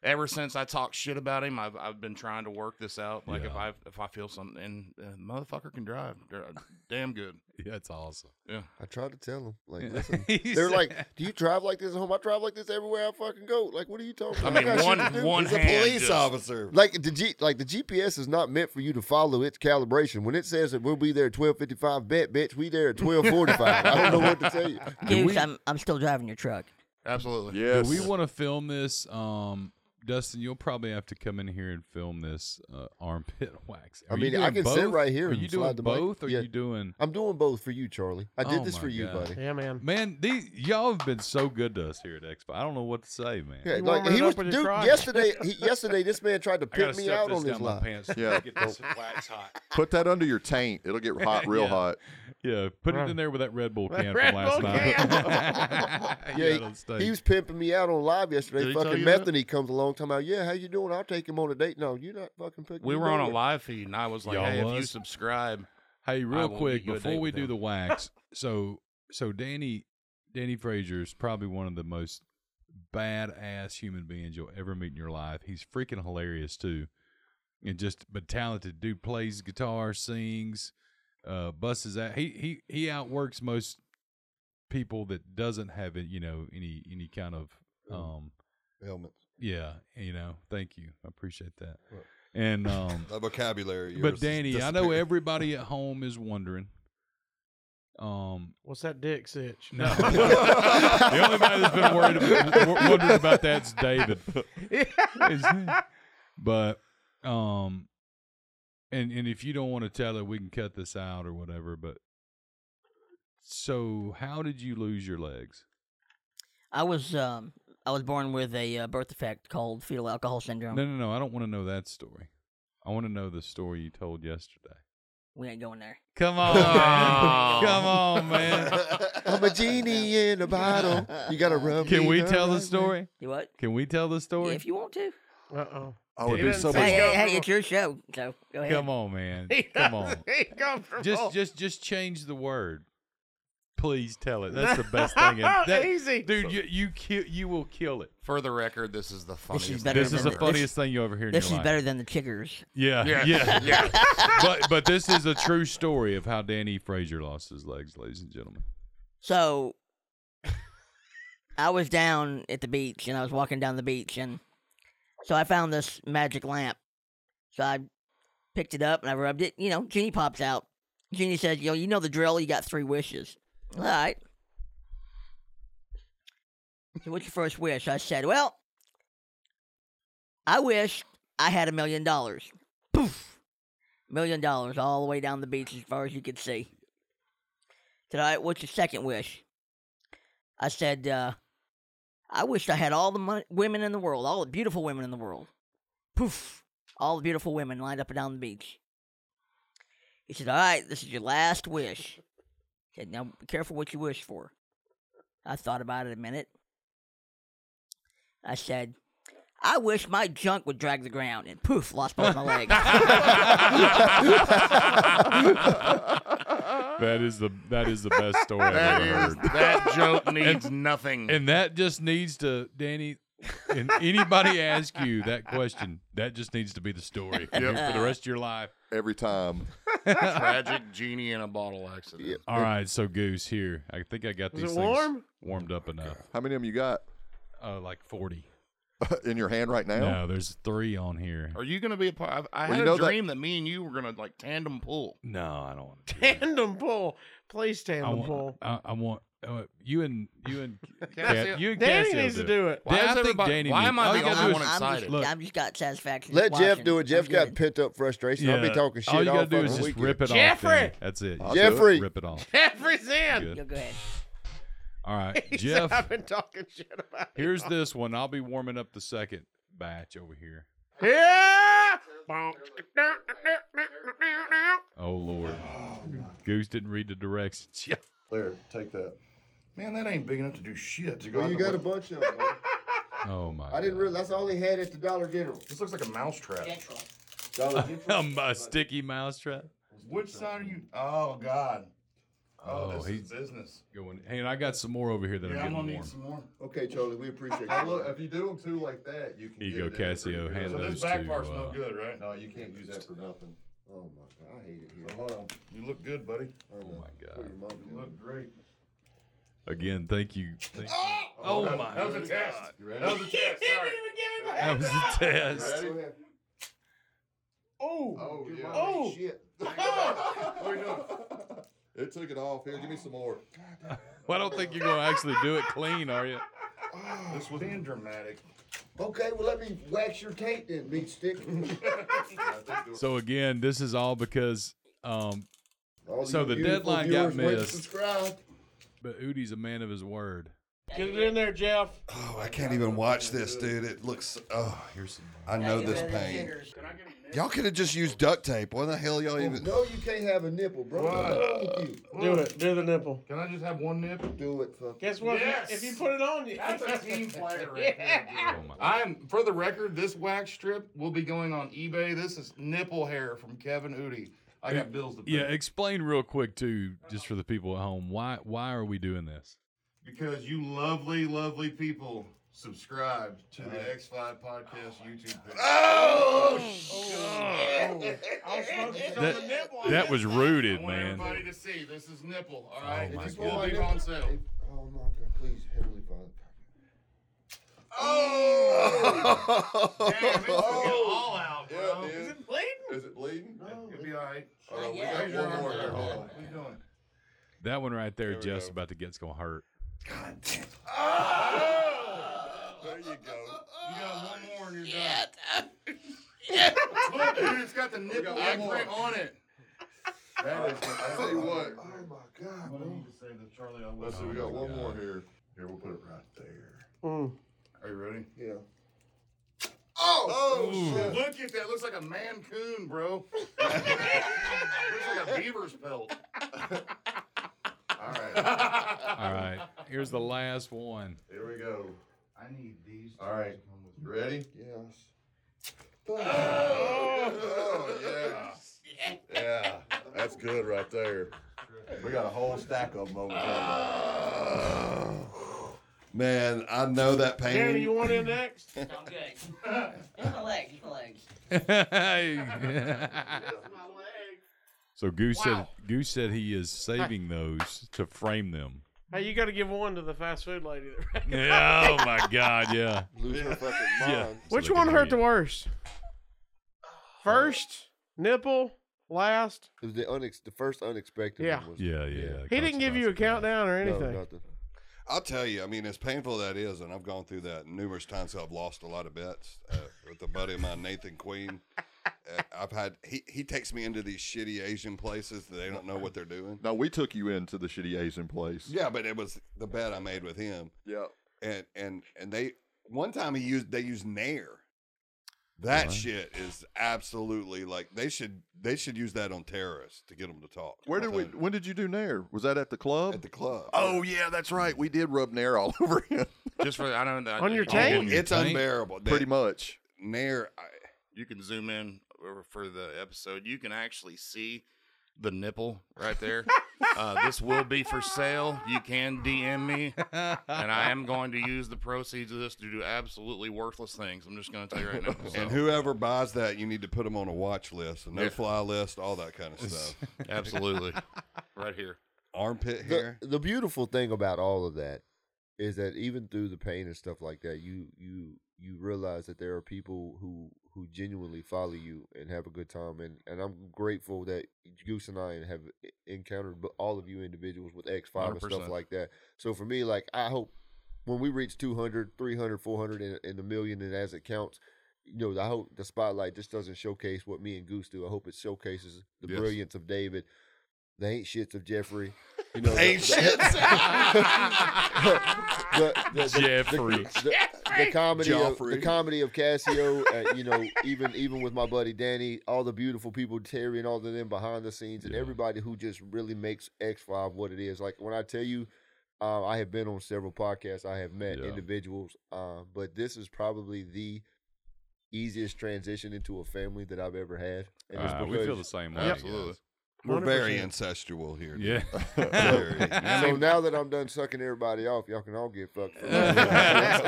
ever since I talked shit about him, I've I've been trying to work this out. Like if Yeah. I if I feel something, and uh, motherfucker can drive, Dr- damn good. Yeah, it's awesome. I tried to tell them, like, Yeah. listen. He They're said- like, "Do you drive like this at home? I drive like this everywhere I fucking go. Like, what are you talking I about? mean, got shit one to do." one He's a hand police just- officer. Like the G, like the GPS is not meant for you to follow its calibration. When it says that we'll be there at twelve fifty five, bet bitch, we there at twelve forty five. I don't know what to tell you. Goose, I'm I'm still driving your truck. Absolutely. Yes. Do we want to film this? Um, Dustin, you'll probably have to come in here and film this uh, armpit waxing. I Are you mean, I doing can sit both? right here Are and you doing slide the mic. both? Or Yeah. Are you doing? I'm doing both for you, Charlie. I did Oh this my for you, God. buddy. Yeah, man. Man, these y'all have been so good to us here at Expo. I don't know what to say, man. Yeah, You like warming he it up was, with dude. your crotch. Yesterday, he, yesterday, this man tried to I gotta pit me stuff out this on down this my line. pants. to Yeah. get this wax hot. Put that under your taint. It'll get hot, real Yeah. hot. Yeah, put Right. it in there with that Red Bull That can Red from last Bull night. can. yeah, Yeah, he, he was pimping me out on live Did yesterday. he tell Fucking you that? Metheny comes along, talking about, yeah, how you doing? I'll take him on a date. No, you're not fucking picking. We me were on a nowhere. live feed, and I was like, Y'all "Hey, if you was? subscribe, Hey, real won't quick get you a before date we with do him. the wax, so so Danny Danny Frazier is probably one of the most badass human beings you'll ever meet in your life. He's freaking hilarious too, and just but talented dude. Plays guitar, sings, uh, busts out. He he he outworks most people that doesn't have it. You know any any kind of um Helmet. yeah you know. Thank you, I appreciate that. And um, That vocabulary. of yours but is Danny, I know disappearing. everybody at home is wondering. Um, What's that dick sitch? no, the only man that's been worried about, wondering about that's David. Is- but um, and and if you don't want to tell it, we can cut this out or whatever. But so, how did you lose your legs? I was um I was born with a uh, birth defect called fetal alcohol syndrome. No, no, no. I don't want to know that story. I want to know the story you told yesterday. We ain't going there. Come on, man. come on, man. I'm a genie in a bottle. You gotta rub. Can me we the tell right way. the story? You what? Can we tell the Yeah, story? if you want to. Uh oh. I would He be didn't so say much. Hey, He's hey, hey, comfortable. it's your show, so go ahead. Come on, man. Come on. comfortable. Just just just change the word. Please tell it. That's the best thing. in- that- Easy. Dude, you you kill you will kill it. for the record, this is the funniest." is thing better This I've is the ever- funniest thing you ever hear in This your is life. better than the chiggers. Yeah, Yeah, yeah, yeah. but but this is a true story of how Danny Frazier lost his legs, ladies and gentlemen. So I was down at the beach and I was walking down the beach and so I found this magic lamp. So I picked it up and I rubbed it. You know, Genie pops out. Genie says, Yo, you know the drill, you got three wishes. All right. So what's your first wish? I said, Well, I wish I had a million dollars. Poof. Million dollars all the way down the beach as far as you could see. Said, all right, what's your second wish? I said, uh, I wish I had all the mon- women in the world, all the beautiful women in the world. Poof! All the beautiful women lined up and down the beach. He said, all right, this is your last wish. I said, now be careful what you wish for. I thought about it a minute. I said, I wish my junk would drag the ground, and poof, lost both my legs. That is the that is the best story I've That ever is heard. that joke needs nothing. And that just needs to Danny and anybody ask you that question, that just needs to be the story for the rest of your life. Every time. Tragic genie in a bottle accident. Yeah. All right, so Goose here. I think I got Was these it things warm? warmed up enough. How many of them you got Uh, like forty. in your hand right now? No, there's three on here. Are you going to be a part? I, I Well, had you know a that- dream that... me and you were going to like tandem pull. No, I don't want to. do that. Tandem pull. Please I tandem want. pull. I, I want uh, you and you and That's Cat- it. you and Danny Cassie will needs to it. do it. Why Yeah, I is think everybody- Danny why needs- am I Oh, all the you gotta only do one is- I'm excited? just, Look. I'm just got satisfaction. Let watching. Jeff do it. Jeff I'm got good. pent up frustration. I'll be Yeah. talking shit All you all gotta do fucking is just weekend. rip it Jeffrey! off. Danny. That's it. I'll Just Jeffrey! rip it off. Jeffrey's in. Good. Yo, go ahead. All right, He said, Jeff. I've been talking shit about it. Here's this one. I'll be warming up the second batch over here. Yeah. Oh Lord, Goose didn't read the directions. Yeah. There, take that. Man, that ain't big enough to do shit. Well, you got a bunch of them. man. Oh my. I didn't God. realize that's all they had at the Dollar General. This looks like a mousetrap. Dollar General. Um, a sticky mousetrap. Which side are you? Oh God. Oh, this is he- business. Going. Hey, and I got some more over here that are getting warm. more. okay, Charlie, we appreciate Now, it. look, if you do them two like that, you can. Here you get go, it in pretty Casio. good. Hand So those. this- Those two, uh, good, right? No, you can't use that for nothing. Oh my god, I hate it here. Hold on. You look good, buddy. Oh my Put God. your mouth in. look great. Again, thank you. Thank you. Oh, my. That was a test. You ready? That was a test. Sorry. That was a test. Ready? Go ahead. Oh. Oh, yeah. Oh. Shit. What are you doing? It took it off. Here, give me some more. Well, I don't think you're gonna actually do it clean, are you? This was being dramatic. Okay, well let me wax your taint then, meat stick. So again, this is all because um, All So you the beautiful deadline got viewers, rate, missed. subscribe. but Udi's a man of his word. Get it in there, Jeff. Oh, I can't even watch this, dude. It looks. Oh, Here's some. I know this pain. Y'all could have just used duct tape. Why the hell y'all even? No, you can't have a nipple, bro. What's wrong with Do it. Do the nipple. Can I just have one nip? you? Do it, fuck. Guess what? If you- Yes. If you put it on you. That's a team player right there, dude. Oh my. I am, for the record, this wax strip will be going on eBay. This is nipple hair from Kevin Udi. I got bills to pay. Yeah, explain real quick too, just for the people at home. Why why are we doing this? because you lovely, lovely people subscribed to the X5 Podcast YouTube page. I was focused on the That, nipple. that was rooted, I want man. everybody to see this is nipple. All right, Oh, my It just God. won't be on sale. Oh my god, please, Heavenly Father. Oh, Damn, it's fucking all out, bro. dude. Is it bleeding? Is it bleeding? It'll be all right. All right, we Yeah. got one more. here. Hold on. What are you doing? That one right there, we Jeff's go. about to get's gonna hurt. There you go. You got one more and you're done. Look, dude, it's got the nipple one more. imprint on it. That is, I tell you what. Oh my god, bro. Let's see, we got one Oh, God. more here. Here, we'll put it right there. Mm. Are you ready? Yeah. Oh, Ooh. shit. look at that. Looks like a man coon, bro. Looks like a beaver's pelt. All right, All right. Here's the last one. here we go. I need these. All right, you ready? Yes. Oh yeah, yeah, that's good right there. We got a whole stack of them over there. Man, I know that pain. Danny, you want in next? I'm good. Use my legs. Use my legs. so Goose said Goose said he is saving those to frame them. Hey, you got to give one to the fast food lady. that- Yeah, oh my god, yeah. Lose her fucking mind. Yeah. Which Look one at hurt me. the worst? First nipple, last. It was the, unex- the first unexpected Yeah. one. Was, Yeah, yeah. He didn't give you a countdown or No, anything. nothing. I'll tell you, I mean, as painful that is, and I've gone through that numerous times. So I've lost a lot of bets uh, with a buddy of mine, Nathan Queen. Uh, I've had he he takes me into these shitty Asian places that they don't know what they're doing. Now we took you into the shitty Asian place. Yeah, but it was the bet I made with him, yeah. and and and they one time he used they used nair. That shit is absolutely like they should they should use that on terrorists to get them to talk. Where I'm did we? telling When did you do Nair? Was that at the club? you. at the club? oh yeah, that's right. We did rub Nair all over him, Just for I know that On your Oh, you tank? can- it's tank? unbearable. pretty That- much. Nair. I, You can zoom in over for the episode. You can actually see the nipple right there. Uh, this will be for sale. You can DM me, and I am going to use the proceeds of this to do absolutely worthless things. I'm just going to tell you right now. So, And whoever buys that, you need to put them on a watch list, a no Yeah. fly list, all that kind of stuff. absolutely, right here. Armpit the, hair. the beautiful thing about all of that is that even through the pain and stuff like that, you you you realize that there are people who who genuinely follow you and have a good time, and and I'm grateful that Goose and I have e, encountered b- all of you individuals with X five and stuff 100%. like that. So for me, like I hope when we reach 200, 300, 400, and, and a million, and as it counts. You know, I hope the spotlight just doesn't showcase what me and Goose do. I hope it showcases the Yes. brilliance of David, the ain't shits of Jeffrey. You know, the- Ain't shit. the, the, the, Jeffrey. the- the comedy of, the Joffrey. comedy of Cassio, uh, you know, even even with my buddy Danny, all the beautiful people, Terry, and all of them behind the scenes, and Yeah. everybody who just really makes X Five what it is. Like when I tell you, uh, I have been on several podcasts, I have met Yeah. individuals, uh, but this is probably the easiest transition into a family that I've ever had. And it's Uh, we feel the because- same way. Yep. Absolutely. We're very 100%. ancestral here. Yeah. Very. so now that I'm done sucking everybody off, y'all can all get fucked. for life.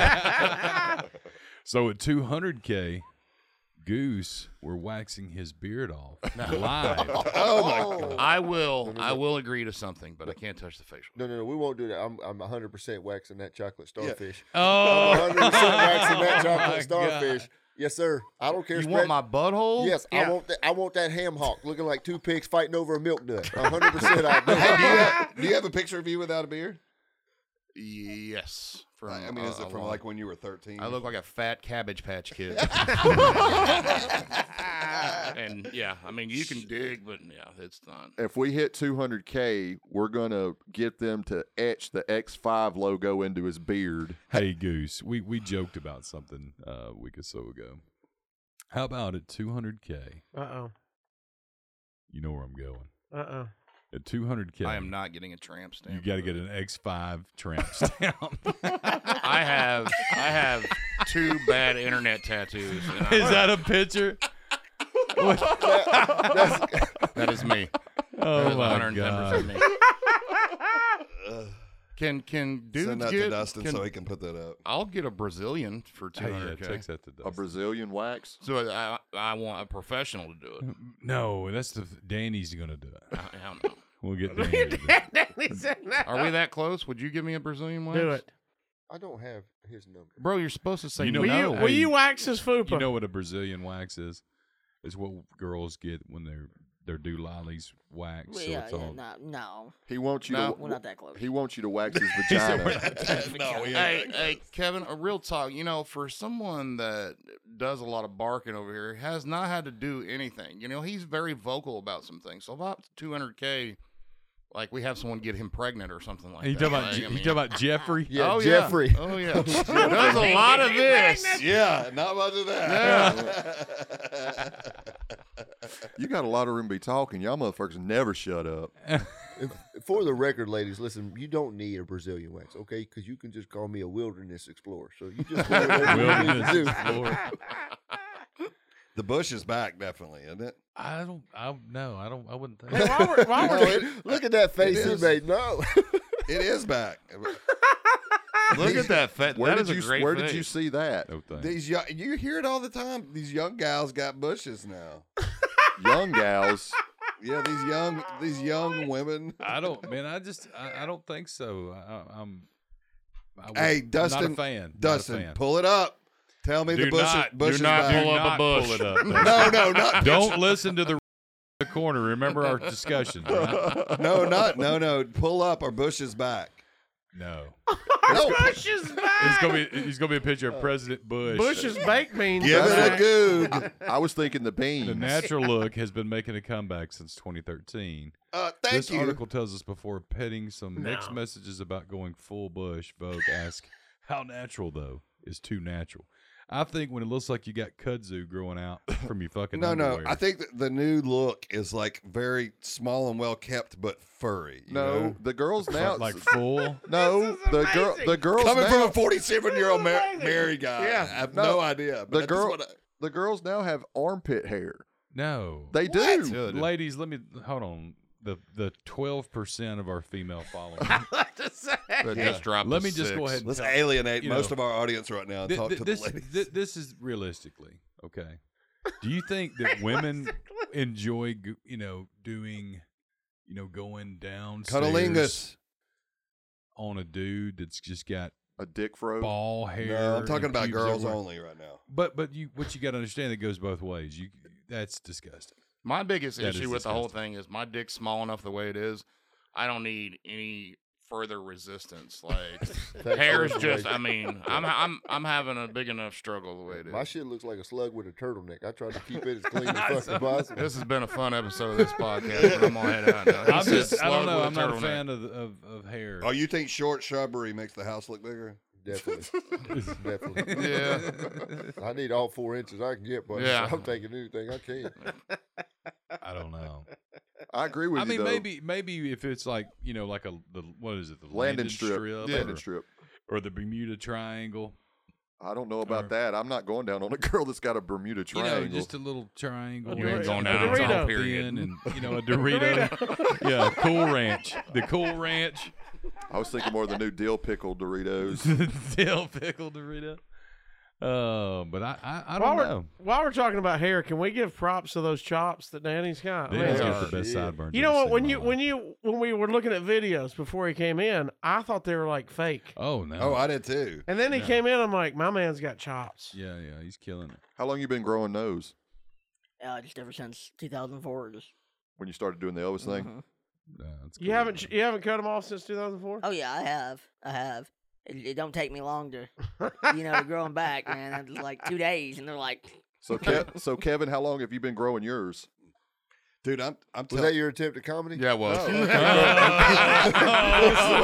so at 200k, Goose, we're waxing his beard off live. Oh my I will. I will agree to something, but I can't touch the facial. No, no, no. We won't do that. I'm I'm 100% waxing that chocolate starfish. oh, 100% waxing my that chocolate starfish. Yes, sir. I don't care. You spread- want my butthole? Yes, I Yeah. want that. I want that ham hock looking like two pigs fighting over a milk nut. 100. percent I do. God. Do you have a picture of you without a beard? Yes. From, I mean, is uh, it a from long- like when you were 13? I look like a fat cabbage patch kid. and yeah, I mean you can dig, but yeah, it's not. If we hit 200K, we're going to get them to etch the X5 logo into his beard. Hey Goose, we we joked about something uh, a week or so ago. How about at 200k? Uh oh. You know where I'm going. Uh oh. At 200k, I am not getting a tramp stamp. You got to get an X5 tramp stamp. I have I have two bad internet tattoos. And I, Is that a picture? that is me. That Oh is my 110% god! me. Can can dudes Send that get? to Dustin can- so he can put that up. I'll get a Brazilian for two Hey, yeah, hundred k. text that to A Dustin. Brazilian wax. So I I want a professional to do Mm. it. no, that's the Danny's gonna do it. I, I don't know. We'll get Danny. to do it. Danny said no. Are we that close? Would you give me a Brazilian wax? Do it. I don't have his number. Bro, you're supposed to say You know- Will no. you, hey, will you wax his fupa? You know what a Brazilian wax is? It's what girls get when they're they're doolalies wax. Well, so yeah, it's yeah, all- no, no, He wants you No. to we're not that close. He wants you to wax his He said, vagina. "We're not that No, we Hey, hey, Kevin, a real talk. You know, for someone that does a lot of barking over here, has not had to do anything. You know, he's very vocal about some things. So about 200k, like we have someone get him pregnant or something like Are you that. talking about? Like, Je- I you mean- talking about Jeffrey? Yeah, Jeffrey. Oh yeah, he does a lot of this. Yeah, not much of that. You got a lot of room to be talking. Y'all motherfuckers never shut up. For the record, ladies, listen. You don't need a Brazilian wax, okay? Because you can just call me a wilderness explorer. So you just do whatever you need to do. Wilderness explorer. the bush is back, definitely, isn't it? I don't. I no. I don't. I wouldn't think. Hey, while we're, while No, we're, it- look at that face he is. made. No, It is back. Look at that. Fa- Where that did is a you great Where did face. you see that? No thanks. These young, you hear it all the time. These young gals got bushes now. Young gals. Yeah, these young these young women. I don't, man. I just, I, I don't think so. I, I- I'm. I would- Hey, not Dustin, a fan. Dustin, not a fan. pull it up. Tell me Do the bush, not- bush do is not back. pull up a bush. it up. Dustin. No, no, not don't listen to the, the corner. Remember our discussion. right? no, not no, no. Pull up or bush is back. No, No, Bush is back. it's gonna be, it's gonna be a picture of President Bush. Bush's baked beans. give are it a back. good. I was thinking the beans. The natural look has been making a comeback since 2013. Uh, thank this you. article tells us before petting some mixed No. messages about going full bush, Vogue asks, How natural, though, is too natural? I think when it looks like you got kudzu growing out from your fucking No, no. underwear. I think that the new look is like very small and well kept, but furry. you no, know? the girls now. like full. no, the girl. The girls coming now. from a forty-seven-year-old This is mar- amazing. married guy. Yeah. I have No, no idea. But the that's girl- what I- the girls now have armpit hair. No, They do. ladies. Let me hold on. the the twelve percent of our female followers. Just say. dropped Let to me just go six. ahead. And Let's tell- alienate you most know, of our audience right now and Th- talk th- to this, the ladies. th- this is realistically okay. Do you think that women enjoy, go- you know, doing, you know, going downstairs Cunnilingus. on a dude that's just got A dick fro. ball hair? No, I'm and talking about pubes girls everywhere? only right now. But but you what you got to understand that goes both ways. You that's disgusting. My biggest That is issue with the whole disgusting. thing is my dick's small enough the way it is. I don't need any further resistance. Like hair is just. I mean, I'm I'm I'm having a big enough struggle the way it is. My shit looks like a slug with a turtleneck. I tried to keep it as clean as fucking possible. This has been a fun episode of this podcast. but I'm gonna head out. now. I'm He said just I don't know. slug with I'm not a turtleneck. fan of, the- of of hair. Oh, you think short shrubbery makes the house look bigger? Definitely, definitely. Yeah, I need all four inches I can get, but Yeah. I'm taking anything I can. I don't know. I agree with I you. mean, though. maybe maybe if it's like you know, like a the what is it, the landing strip. or- Landing strip. or the Bermuda Triangle. I don't know about Or- that. I'm not going down on a girl that's got a Bermuda triangle. You know, just a little triangle. You ain't and going a down, it's all Dorito. period. Thin And, you know, a Dorito. yeah, Cool Ranch. The Cool Ranch. I was thinking more of the new dill pickle Doritos. Dill pickle Dorito. Uh, but I, I, I don't While we're, know. while we're talking about hair, can we give props to those chops that Danny's got? They Man, always are- got the best yeah. sideburns. uh, you know I've what? seen When in you my life. when you when we were looking at videos before he came in, I thought they were like fake. oh no, Oh, I did too. And then he No. came in, I'm like, my man's got chops. yeah, yeah, he's killing it. How long you been growing nose Uh, just ever since 2004. Just, when you started doing the Elvis thing? Mm-hmm. Mhm. Nah, that's You cool. haven't ch- you haven't cut him off since 2004. Oh yeah, I have. I have. It, it don't take me long to, you know, to grow 'em back, man. It's like two days, and they're like, So, Ke- so Kevin, how long have you been growing yours? Dude, I'm I'm Was telling that your attempt at comedy? yeah, it Oh, was. Oh,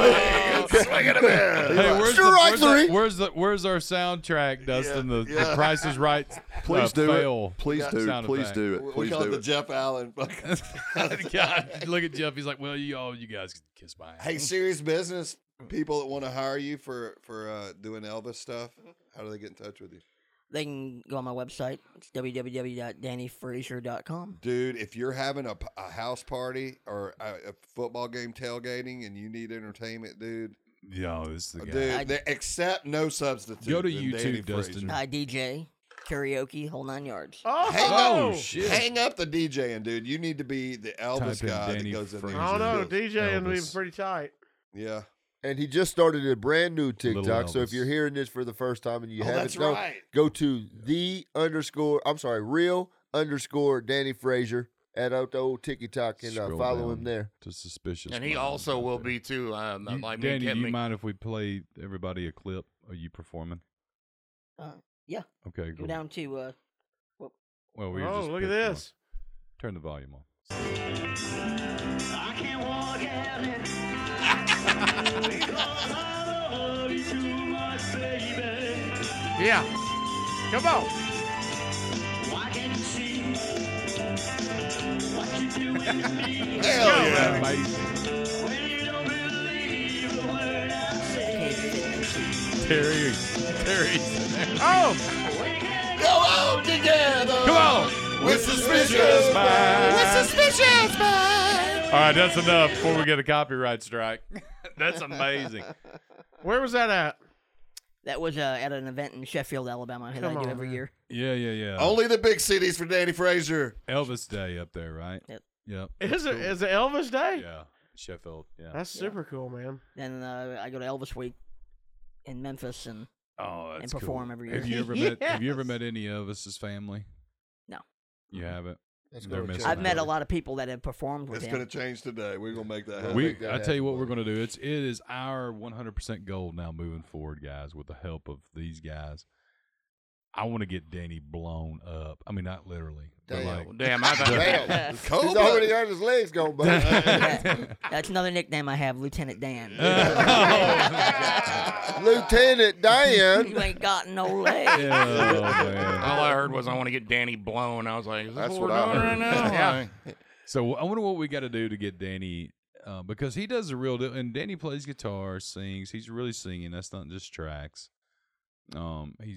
Hey, where's, the, Strike where's, the- three. where's the where's our soundtrack, Dustin? the, the yeah. Price is Right. Please uh, do fail it. Please do. sound Please effect. do We- it. We Please call it do the it. Jeff Allen. fucking- God, look at Jeff. He's like, well, you all you guys can kiss my ass. hey, serious business people that want to hire you for for uh, doing Elvis stuff. How do they get in touch with you, they can go on my website. It's www.dannyfraser.com. dude? If you're having a, p- a house party or a, a football game tailgating and you need entertainment, dude, Yo, this uh, is the guy. dude, I- they accept no substitute. Go to than YouTube, Danny Dustin. Frazier. I DJ, karaoke, whole nine yards. Oh, Oh, shit! Hang up the DJing, dude. You need to be the Elvis Type in guy that Danny goes in there. Frazier. I don't know. dude. DJ and be Elvis. pretty tight. Yeah. And he just started a brand new Little TikTok. So Elvis. if you're hearing this for the first time and you Oh, haven't that's done, right. go to the underscore. I'm sorry, real underscore Danny Frazier at out the old TikTok and uh, Scroll follow down him there. To suspicious. and he Mom also out will there. be too. Um, You- like Danny, me, and you Kevin, mind if we play everybody a clip? Are you performing? Uh, yeah. Okay, Go cool. down to uh, Well, we were Oh, just look at picking on- this. Turn the volume on. I can't walk out it because I love you too much, baby. Yeah. Come on. Why can't you see what you're doing to me Hell yeah. Amazing. when you don't believe a word I say? Terry, Terry. Oh, Go on together. Come on. With suspicious mind. With suspicious mind. All right, that's enough before we get a copyright strike. that's amazing. where was that at? that was uh, at an event in Sheffield, Alabama, that Come I do on, every man. year. Yeah, yeah, yeah. Only the big cities for Danny Frazier. Elvis Day up there, right? Yep. Yep. Is it is it Elvis Day? Yeah. Sheffield. Yeah. That's super cool, man. Then uh, I go to Elvis Week in Memphis, and Oh, that's and perform cool. every Have year. you ever met? Have you ever met any of us's family? No. you haven't. Let's They're go check missing it I've out. met a out. lot of people that have performed with It's him. going to change today. We're going to make that Yeah. happen. We, make that I tell you what, happen, we're boy. going to do. It's it is our 100% goal now moving forward, guys. With the help of these guys, I want to get Danny blown up. I mean, not literally. but Damn. like- Damn, I've Damn. Cobra. He's already got his legs gone, buddy. That- that's another nickname I have, Lieutenant Dan. Oh. Lieutenant Diane. you ain't got no legs. Yeah, man. All I heard was I want to get Danny blown. I was like, is this That's what, what I we're doing heard. right now? Yeah. So I wonder what we got to do to get Danny, uh, because he does a real deal, and Danny plays guitar, sings. He's really singing. That's not just tracks. Um, he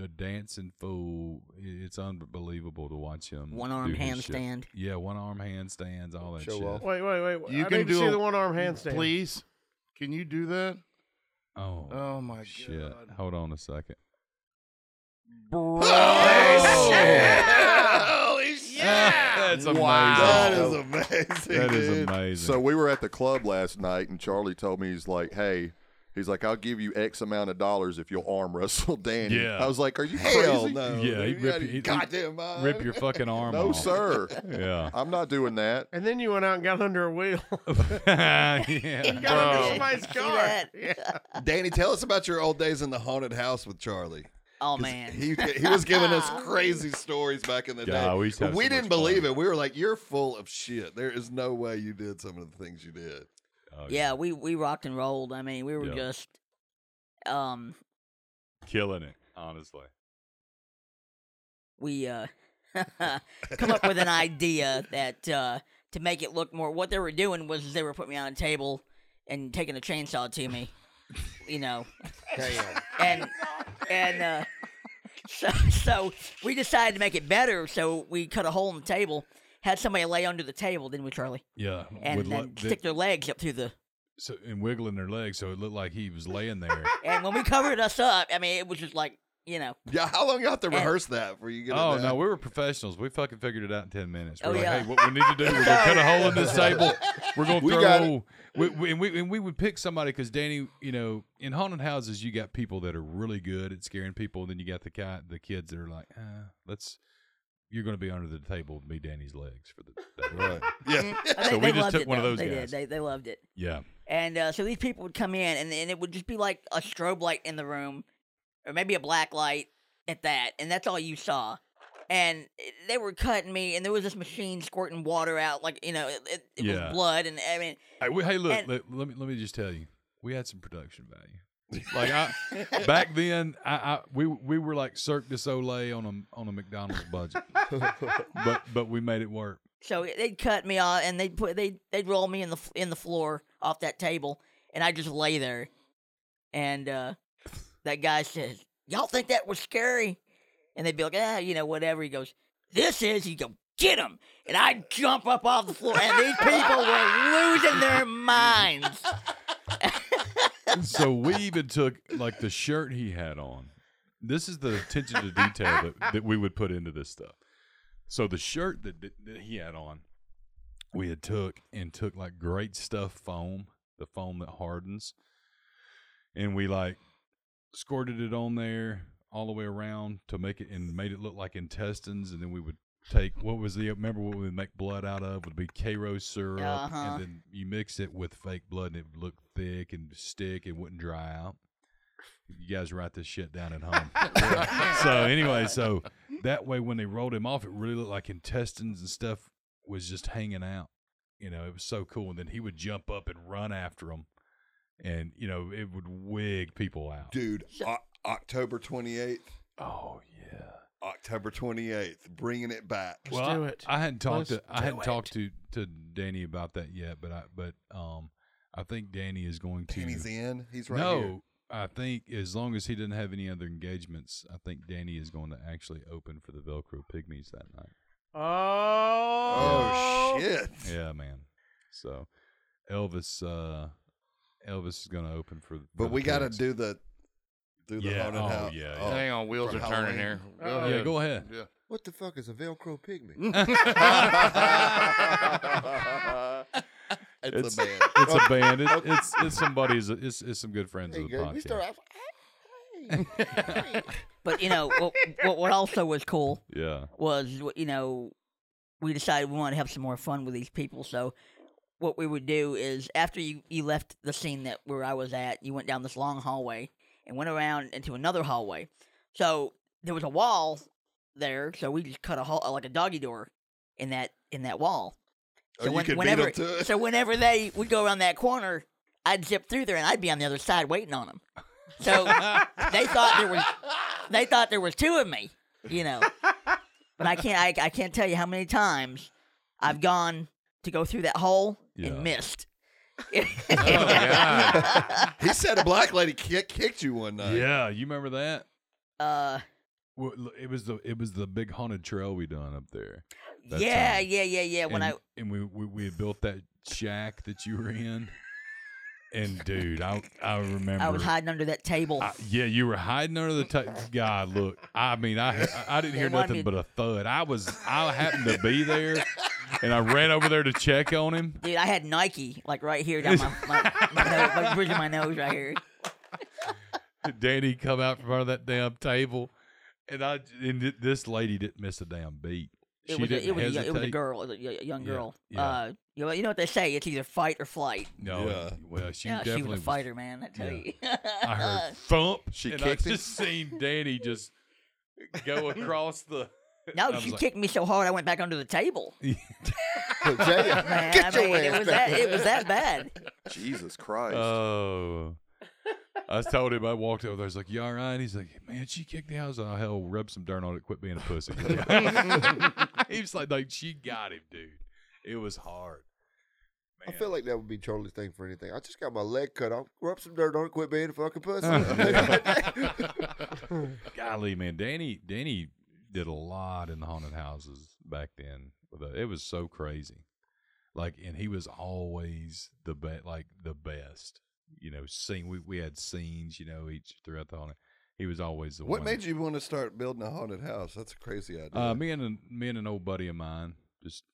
a dancing fool. I- It's unbelievable to watch him. One arm do his shit. handstand. Yeah, one arm handstands, all that Show shit. off. Wait, wait, wait. wait. You I can need do to see a- the one arm handstand. Please, can you do that? Oh, Oh my shit! god, Hold on a second. Oh. Holy shit! That's amazing. Wow. That is amazing. That is dude. amazing. So we were at the club last night, and Charlie told me he's like, "Hey." He's like, I'll give you X amount of dollars if you'll arm wrestle Danny. Yeah. I was like, Are you Hell crazy? no. Yeah, he dude. You rip- out of your he- he- goddamn mind. rip your fucking arm No, off. sir. Yeah. I'm not doing that. And then you went out and got under a wheel. yeah. got under Bro. somebody's See car. that? Yeah. Danny, tell us about your old days in the haunted house with Charlie. Oh 'Cause man. he he was giving us crazy stories back in the Yeah, day. we used to have we so didn't much believe fun. it. We were like, "You're full of shit. There is no way you did some of the things you did." Oh, yeah, we we rocked and rolled. I mean, we were Yeah. just um Killing it, honestly. we uh come up with an idea that uh to make it look more what they were doing was they were putting me on a table and taking a chainsaw to me. You know. and and uh so so we decided to make it better, so we cut a hole in the table, had somebody lay under the table, didn't we, Charlie? Yeah. And with then le- stick their legs up through the so, and wiggling their legs so it looked like he was laying there. and when we covered us up, I mean it was just like, you know, Yeah, how long you have to And- rehearse that for you get? it oh, down? no, we were professionals. We fucking figured it out in 10 minutes. We're Oh, like, yeah. hey, what we need to do, we're going to cut a hole in this table. We're going to We throw. got we, we, and, we, and we would pick somebody because, Danny, you know, in haunted houses, you got people that are really good at scaring people. And then you got the, ki- the kids that are like, uh, let's. You're going to be under the table and be Danny's legs for the. That right. Yeah, they, So we they just loved took it, one of though. those they guys. Did. They, they loved it. Yeah. And uh, so these people would come in, and, and it would just be like a strobe light in the room, or maybe a black light at that, and that's all you saw. And it- they were cutting me, and there was this machine squirting water out, like you know, it, it, it Yeah. was blood, and I mean, Hey, we, hey look, And- let, let me let me just tell you, we had some production value. Like I, back then, I, I we we were like Cirque du Soleil on a on a McDonald's budget, but but we made it work. so they'd cut me off, and they'd put they they'd roll me in the f- in the floor off that table, and I just lay there, and uh, that guy says, "Y'all think that was scary?" And they'd be like, "Ah, you know, whatever." He goes, "This is." He go, "Get him!" And I'd jump up off the floor, and these people were losing their minds. So we even took like the shirt he had on. This is the attention to detail that, that we would put into this stuff. So the shirt that, that, that he had on, we had took and took like great stuff foam, the foam that hardens, and we like squirted it on there all the way around to make it and made it look like intestines, and then we would take what was the remember what we would make blood out of would be Cairo syrup, Uh-huh. and then you mix it with fake blood, and it would look thick and stick and wouldn't dry out. You guys write this shit down at home. so anyway, so that way when they rolled him off, it really looked like intestines and stuff was just hanging out. You know, it was so cool. And then he would jump up and run after him, and you know it would wig people out. dude. O- October twenty eighth, Oh yeah. October twenty eighth, bringing it back. Let's do I- it. I hadn't talked to Let's I hadn't do talked to to Danny about that yet, but I but um I think Danny is going to Danny's in. He's right no. here. I think as long as he didn't have any other engagements, I think Danny is going to actually open for the Velcro Pygmies that night. Oh, Oh shit! Yeah, man. So Elvis, uh Elvis is going to open for. for But the we got to Pigs. do the do the Yeah, haunted oh, house. yeah, Oh. Hang on, wheels For are turning Halloween. here. Uh, Yeah, go ahead. Yeah. What the fuck is a Velcro pygmy? It's, It's- a man. It's a band. It, it's it's somebody's. It's, it's some good friends Hey, of the good. podcast. We start off. Hey, hey. But you know what? What, what also was cool yeah. was you know we decided we wanted to have some more fun with these people so what we would do is after you, you left the scene that where i was at you went down this long hallway and went around into another hallway so there was a wall there so we just cut a hole like a doggy door in that in that wall Oh, you could beat 'em whenever to it. so whenever they would go around that corner i'd zip through there and i'd be on the other side waiting on them so they thought there was they thought there was two of me, you know. But I can't I, I can't tell you how many times I've gone to go through that hole Yeah. and missed. God. Oh, he said a black lady kick, kicked you one night. Yeah, you remember that? uh Well, l- it was the it was the big haunted trail we done up there. That's yeah, how- yeah, yeah, yeah. When and, I and we, we we had built that shack that you were in, and dude, I I remember I was hiding under that table. I- yeah, you were hiding under the t- God. Look, I mean, I I- I didn't hear They wanted nothing me- but a thud. I was I happened to be there, and I ran over there to check on him. Dude, I had Nike like right here down my my, my, nose, like bridge of my nose right here. Danny come out from under that damn table, and I and th- this lady didn't miss a damn beat. It she was didn't a, it was a, hesitate. it was a girl, it was a y- young Yeah, girl. yeah. Uh, you know, you know what they say? It's either fight or flight. No, Yeah. well, she yeah, definitely she was a fighter, man. I tell yeah. you. I heard thump. She and kicked I him? just seen Danny just go across the. I no, was she like- kicked me so hard I went back under the table. So, Jay, Man, get I your ass mean, it was back. that it was that bad. Jesus Christ. Oh. I told him I walked over there. I was like, "You all right?" He's like, "Man, she kicked the house." Oh hell, rub some dirt on it. Quit being a pussy. he was like, "Like she got him, dude. It was hard." I Man. feel like that would be Charlie's thing for anything. I just got my leg cut off. Rub some dirt on it. Quit being a fucking pussy. Golly, man, Danny, Danny did a lot in the haunted houses back then. With the- It was so crazy. Like, and he was always the best, like the best. You know, scene we we had scenes. You know, each throughout the haunted. He was always the What one. made you want to start building a haunted house? That's a crazy idea. Uh, me and an, me and an old buddy of mine just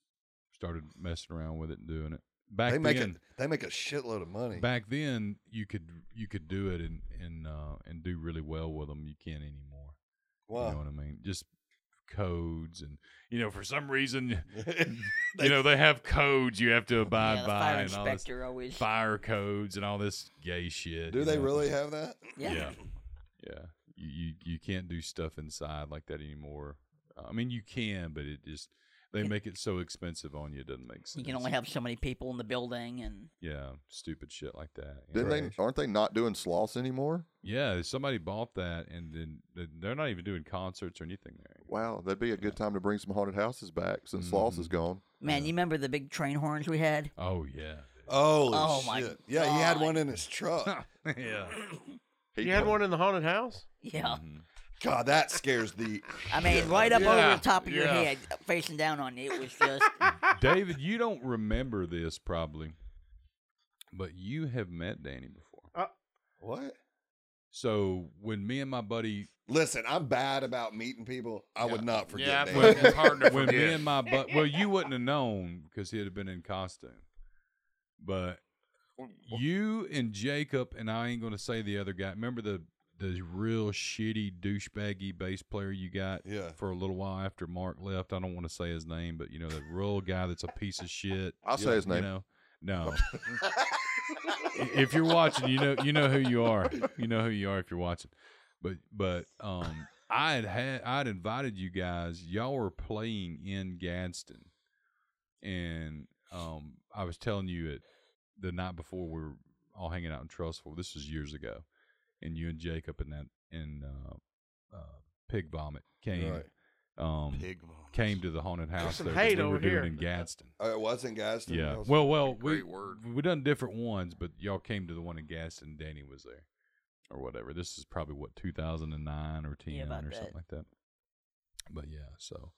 started messing around with it and doing it. Back they make then, a, they make a shitload of money. back then you could you could do it and and uh, and do really well with them. You can't anymore. You know wow. what I mean? Just codes and you know for some reason you know they have codes you have to abide yeah, the by fire and all this inspector always. fire codes and all this gay shit. Do you they know? really have that? Yeah. Yeah. Yeah. You, you you can't do stuff inside like that anymore. Uh, I mean, you can, but it just they Yeah. make it so expensive on you. It doesn't make sense. You can only have so many people in the building, and yeah, stupid shit like that. you know? Didn't they? Aren't they not doing sloths anymore? Yeah, somebody bought that, and then they- they're not even doing concerts or anything there. anymore. Wow, that'd be a good time to bring some haunted houses back since sloths Mm-hmm. is gone. man, you remember the big train horns we had? Oh yeah, Holy Oh, shit! my yeah, he had God. one in his truck. yeah. He You had put- one in the haunted house? Yeah, Mm. Mm-hmm. God, that scares the. I mean, right up over Yeah, the top of your yeah. head, facing down on you. It was just David, you don't remember this probably, but you have met Danny before. What? So when me and my buddy Listen, I'm bad about meeting people. I would not forget. yeah, that. but it's hard to when forget. me and my but well, you wouldn't have known because he'd have been in costume. But you and Jacob and I ain't gonna say the other guy. Remember the the real shitty douchebaggy bass player you got Yeah. for a little while after Mark left. I don't want to say his name, but you know that real guy that's a piece of shit. I'll say his You name. know, no. if you're watching, you know you know who you are. You know who you are if you're watching. But but um, I had had I'd invited you guys. Y'all were playing in Gadsden, and um, I was telling you it the night before we were all hanging out in Trustful. This was years ago, and you and Jacob and that and uh, uh, Pig Vomit came. Right. Um, Pig vomit. came to the haunted house some there 'cause hate we were over here. doing in Gadsden. Oh, it wasn't Gaston. Yeah. That was- Well, well, we great word. we done different ones, but y'all came to the one in Gaston. Danny was there, or whatever. This is probably what 2009 or 10 Yeah, about or that. something like that. But yeah, so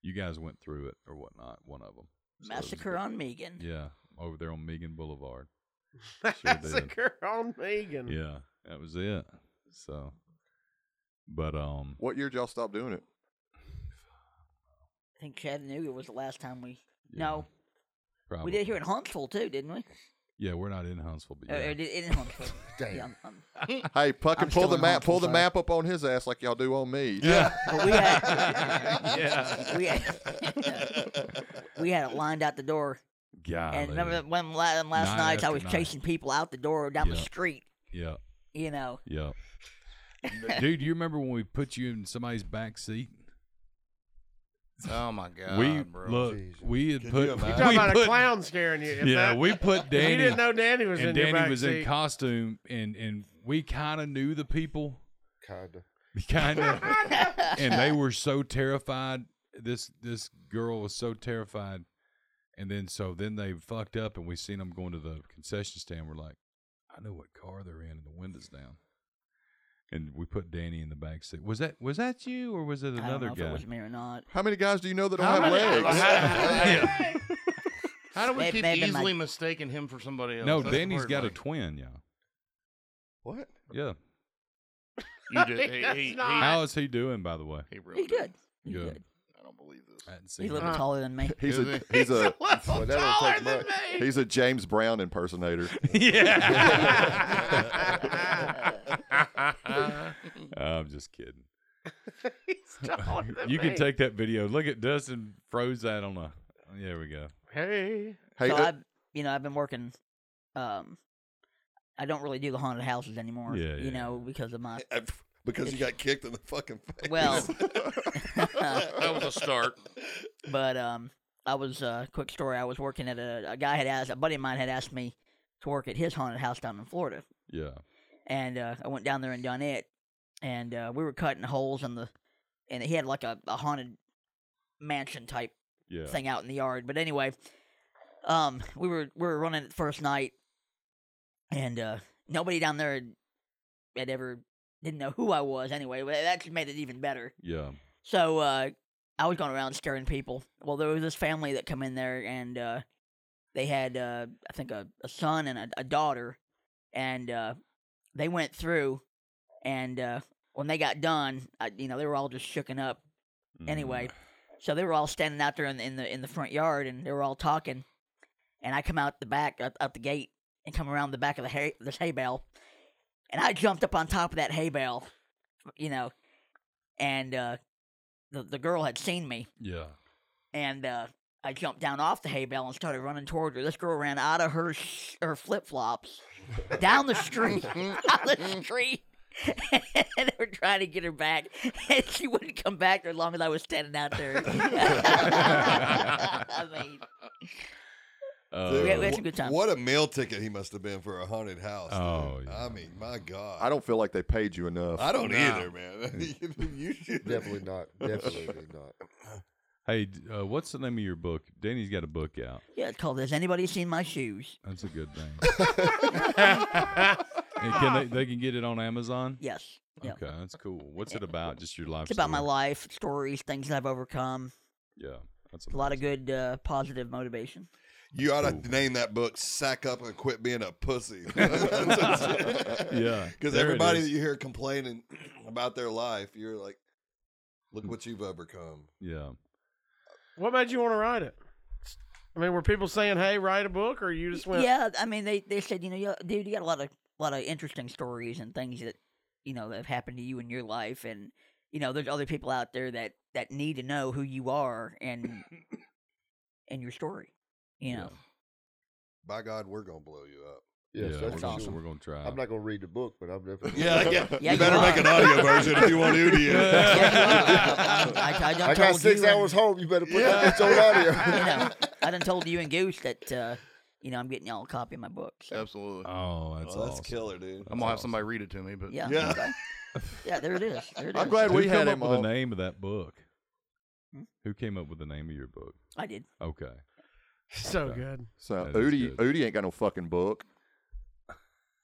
you guys went through it or whatnot. One of them massacre on Megan. Yeah, over there on Megan Boulevard. Sure did. Massacre on Megan. Yeah, that was it. So, but um, What year did y'all stop doing it? I think Chattanooga was the last time we. yeah, No, probably. we did it here in Huntsville too, didn't we? Yeah, we're not in Huntsville, but Or, or yeah. did it in Huntsville? Damn. Yeah, I'm- I'm- Hey, fucking pull I'm still the in map, pull Huntsville, the sorry. map up on his ass like y'all do on me. yeah. but we had yeah. we had, we had it lined out the door. And remember that when la- when Night last night I after was night. chasing people out the door down the Yeah. street. yeah. You know, Yeah. Dude, you remember when we put you in somebody's back seat? oh my god, we bro. look, Jesus. we had put, imagine? You we talking about put- a clown scaring you? If yeah, that- we put if Danny You didn't know Danny was and in your Danny back was in seat. costume, and and we kind of knew the people, Kinda. kind of, and they were so terrified. This this girl was so terrified, and then so then they fucked up, and we seen them going to the concession stand. We're like, I know what car they're in, and the windows down. and we put Danny in the back seat. Was that was that you or was it I don't know another if it guy? was me or not. How many guys do you know that don't How have many- legs? How, how do we May- keep maybe my- easily mistaking him for somebody else? No, That's the Danny's word, got a like, twin. Yeah, What? yeah. You did. That's He, he, not- How is he doing, by the way? he, he real He's good. He's Good. good. I don't believe this. I hadn't seen He's a him. little Uh, taller than me. He's Is a he? he's a Well, that don't take much. he's a James Brown impersonator. Yeah. I'm just kidding. He's taller than you me. can take that video. Look at Dustin froze that on a. There we go. Hey, Hey, so uh, I've, you know, I've been working. Um, I don't really do the haunted houses anymore. Yeah, yeah. You know, because of my because you got kicked in the fucking face. well. that was a start. but um, I was uh, quick story. I was working at a, a guy had asked a buddy of mine had asked me to work at his haunted house down in Florida, Yeah. and uh, I went down there and done it, and uh, we were cutting holes in the, and he had like a, a haunted mansion type Yeah. thing out in the yard. But anyway, um, we were we were running it the first night, and uh, nobody down there had, had ever didn't know who I was. Anyway, Well, that just made it even better. yeah. So uh, I was going around scaring people. Well, there was this family that come in there, and uh, they had uh, I think a, a son and a, a daughter, and uh, they went through, and uh, when they got done, I, you know they were all just shooken up. Mm. Anyway, so they were all standing out there in the, in the in the front yard, and they were all talking. And I come out the back, out, out the gate, and come around the back of the hay, this hay bale, and I jumped up on top of that hay bale, you know, and uh, the the girl had seen me, Yeah. and uh, I jumped down off the hay bale and started running toward her. This girl ran out of her sh- her flip flops down the street, down the street. and they were trying to get her back, and she wouldn't come back as long as I was standing out there. I mean, Uh, we had- we had some good times. What a meal ticket he must have been for a haunted house. dude. Oh, yeah. I mean, my God. I don't feel like they paid you enough. I don't Nah. either, man. You- you should- Definitely not. Definitely not. hey, d- uh, what's the name of your book? Danny's got a book out. yeah, it's called "Has Anybody Seen My Shoes?" That's a good thing. And can they, they can get it on Amazon? Yes, yeah. Okay, that's cool. What's it about? Just your life. it's about my story? life, stories, things that I've overcome. Yeah, that's A lot of good uh, positive motivation. You ought Ooh. to name that book "Sack Up and Quit Being a Pussy," Yeah, because there it everybody is. that you hear complaining about their life, you're like, "Look Hmm. what you've overcome." Yeah. what made you want to write it? I mean, were people saying, "Hey, write a book," or you just went, yeah, I mean, they, they said, you know, you, dude, you got a lot of lot of interesting stories and things that you know that have happened to you in your life, and you know, there's other people out there that that need to know who you are and and your story. You know, By God, we're gonna blow you up. Yes, yeah, that's we're for gonna, sure. we're gonna uh, try. I'm not gonna read the book, but I'm definitely. Yeah, you you better are. make an audio version if you want to do Yeah, it. you are. I, I, I, done I got told six you and- hours home. You better put Yeah. that bitch on audio. you know, I done told you and Goose that uh, you know I'm getting y'all a copy of my book. So, Absolutely. Oh, that's Well, that's awesome. killer, dude. I'm gonna have somebody read it to me, but yeah, Yeah. okay. yeah, there it is. There it I'm is. glad Who we came had up him with on. the name of that book? Hmm? Who came up with the name of your book? I did. Okay. "So good." So That is Udi good. Udi ain't got no fucking book.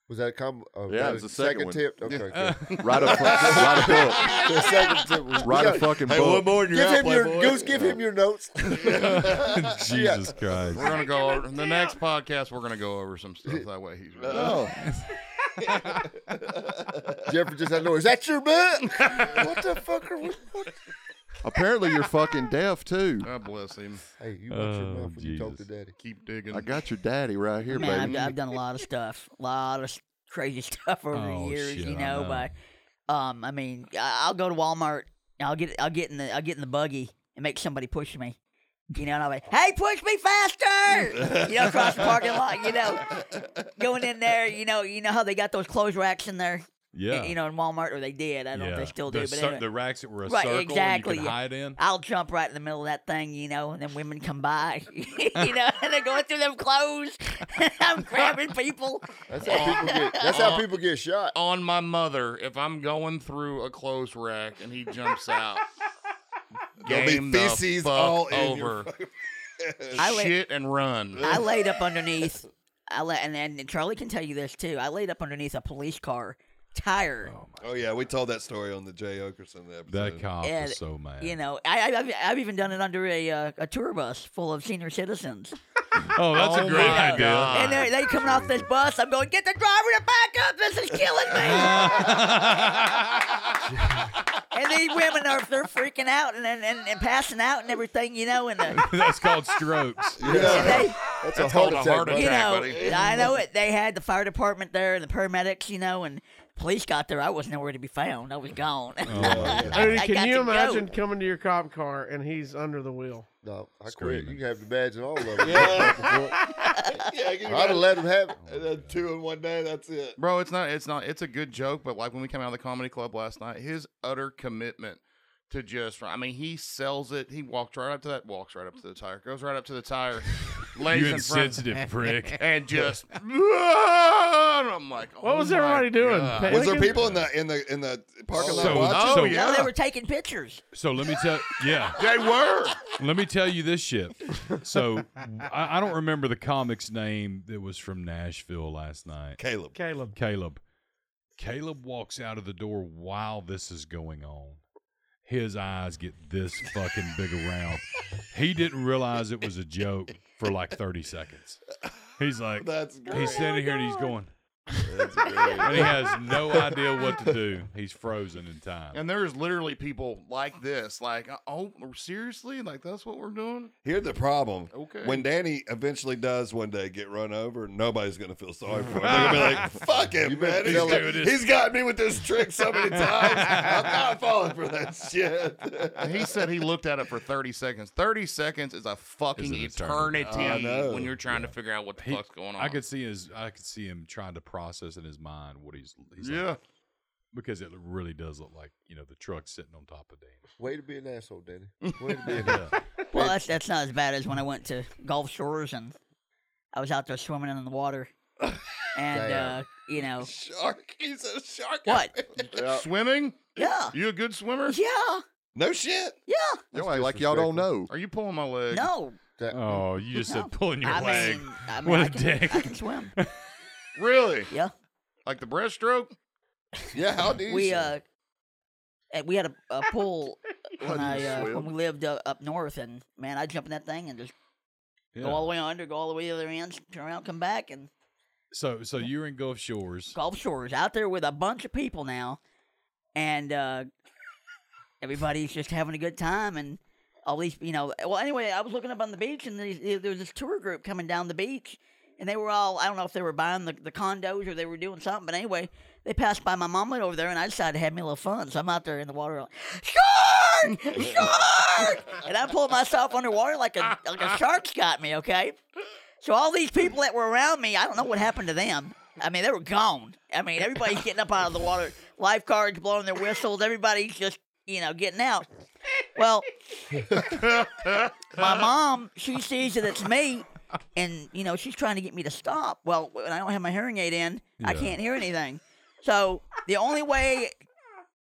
Was that a com? Oh, Yeah, that it was the second one. attempt. Okay, good. Write a, fu- write a The second attempt was- book. Write Yeah, a fucking Hey, book. one more, and you're Give out, him your Playboy. goose. Give him your notes. Jesus Christ. we're gonna go over the next podcast. We're gonna go over some stuff that way. He's Oh, Jeffrey just had no. Is that your book? what the fuck are we? What? apparently you're fucking deaf too. God bless him. Hey, you watch your Oh, mouth when you talk to Jesus. daddy. Keep digging. I got your daddy right here, Man, baby. I've, I've done a lot of stuff, a lot of s- crazy stuff over Oh, the years. shit, you I know, know. by um, I mean, I, I'll go to Walmart. and I'll get, I'll get in the, I'll get in the buggy and make somebody push me. You know, and I'll be, hey, push me faster! You know, across the parking lot. You know, going in there. You know, you know how they got those clothes racks in there. Yeah. You know, in Walmart, or they did. I don't know if they still do, the, but cir- anyway. the racks that were a Right, circle exactly, and you could yeah. hide in. I'll jump right in the middle of that thing, you know, and then women come by, you know, and they're going through them clothes. and I'm grabbing people. That's how people get. That's how people get shot. on my mother if I'm going through a clothes rack and he jumps out. There'll be Game the feces fuck all in your over. I la- Shit and run. I laid up underneath. I la- and, and Charlie can tell you this too. I laid up underneath a police car tired. Oh yeah, we told that story on the Jay Okerson episode. That cop And, was so mad. You know, I, I, I've, I've even done it under a, uh, a tour bus full of senior citizens. oh, that's Oh a great my idea. God. And they're, they coming off this bus. I'm going, get the driver to back up. This is killing me. and these women are they're freaking out and, and, and, and passing out and everything, you know. And, uh, that's called strokes. and Yeah, they, that's, a That's heart called a attack. heart bud. you attack. know, buddy. I know it. They had the fire department there and the paramedics, you know, and police got there. I was nowhere to be found. I was gone. Oh, Dude, I got can you to imagine go. coming to your cop car and he's under the wheel? No, I quit. Screaming. You can have the badge and all of it. I'd have let him have it. And then two in one day. That's it. Bro, it's not it's not it's a good joke, but like when we came out of the comedy club last night, his utter commitment to just I mean, he sells it. He walked right up to that, walks right up to the tire, goes right up to the tire, lays you in front insensitive prick. and just and I'm like, What oh was my everybody doing? God. Panicking? Was there people in the in the in the parking lot So- watching? Oh So- No, yeah. they were taking pictures. So let me tell yeah. They were. Let me tell you this shit. So I, I don't remember the comic's name that was from Nashville last night. Caleb. Caleb. Caleb. Caleb walks out of the door while this is going on. His eyes get this fucking big around. He didn't realize it was a joke for like 30 seconds. He's like, That's great. he's standing here and he's going, That's great. and he has no idea what to do. He's frozen in time. And there is literally people like this, like, oh, seriously? Like, that's what we're doing? Here's the problem. Okay. When Danny eventually does one day get run over, nobody's gonna feel sorry for him. They're gonna be like, "Fuck him, man! He's, telling- got- he's got me with this trick so many times. I'm not falling for that shit." He said he looked at it for 30 seconds. 30 seconds is a fucking Is an eternity. eternity I know. when you're trying to figure out what the He- fuck's going on. I could see his, I could see him trying to process in his mind what he's, he's like- yeah. because it really does look like you know the truck sitting on top of Dan. Way to be an asshole, Danny. Way to be an asshole. Well, that's that's not as bad as when I went to Gulf Shores and I was out there swimming in the water, and Damn. uh, you know Shark. He's a shark. what? Swimming? Yeah, You a good swimmer? yeah, No shit. yeah. Y'all act like y'all don't know. Are you pulling my leg? No, That- Oh, you just No. said pulling your I leg. mean, I mean, What I a can, dick. I can swim. Really? Yeah, Like the breaststroke? Yeah. How do you? we swim? uh, and we had a, a pool when How do I you uh, when swim? we lived uh, up north, and man, I jump in that thing and just go all the way under, go all the way to the other end, turn around, come back, and So, so you're in Gulf Shores. Gulf Shores out there with a bunch of people now, and uh, everybody's just having a good time. And all these, you know, well, anyway, I was looking up on the beach, and these, there was this tour group coming down the beach, and they were all I don't know if they were buying the, the condos or they were doing something, but anyway, they passed by my mom went over there, and I decided to have me a little fun. So I'm out there in the water, like, shark, shark, and I pulled myself underwater like a like a shark's got me. Okay. So all these people that were around me, I don't know what happened to them. I mean, they were gone. I mean, everybody's getting up out of the water. Lifeguards blowing their whistles. Everybody's just, you know, getting out. Well, my mom, she sees that it's me, and you know, she's trying to get me to stop. Well, when I don't have my hearing aid in, I Yeah. can't hear anything. So the only way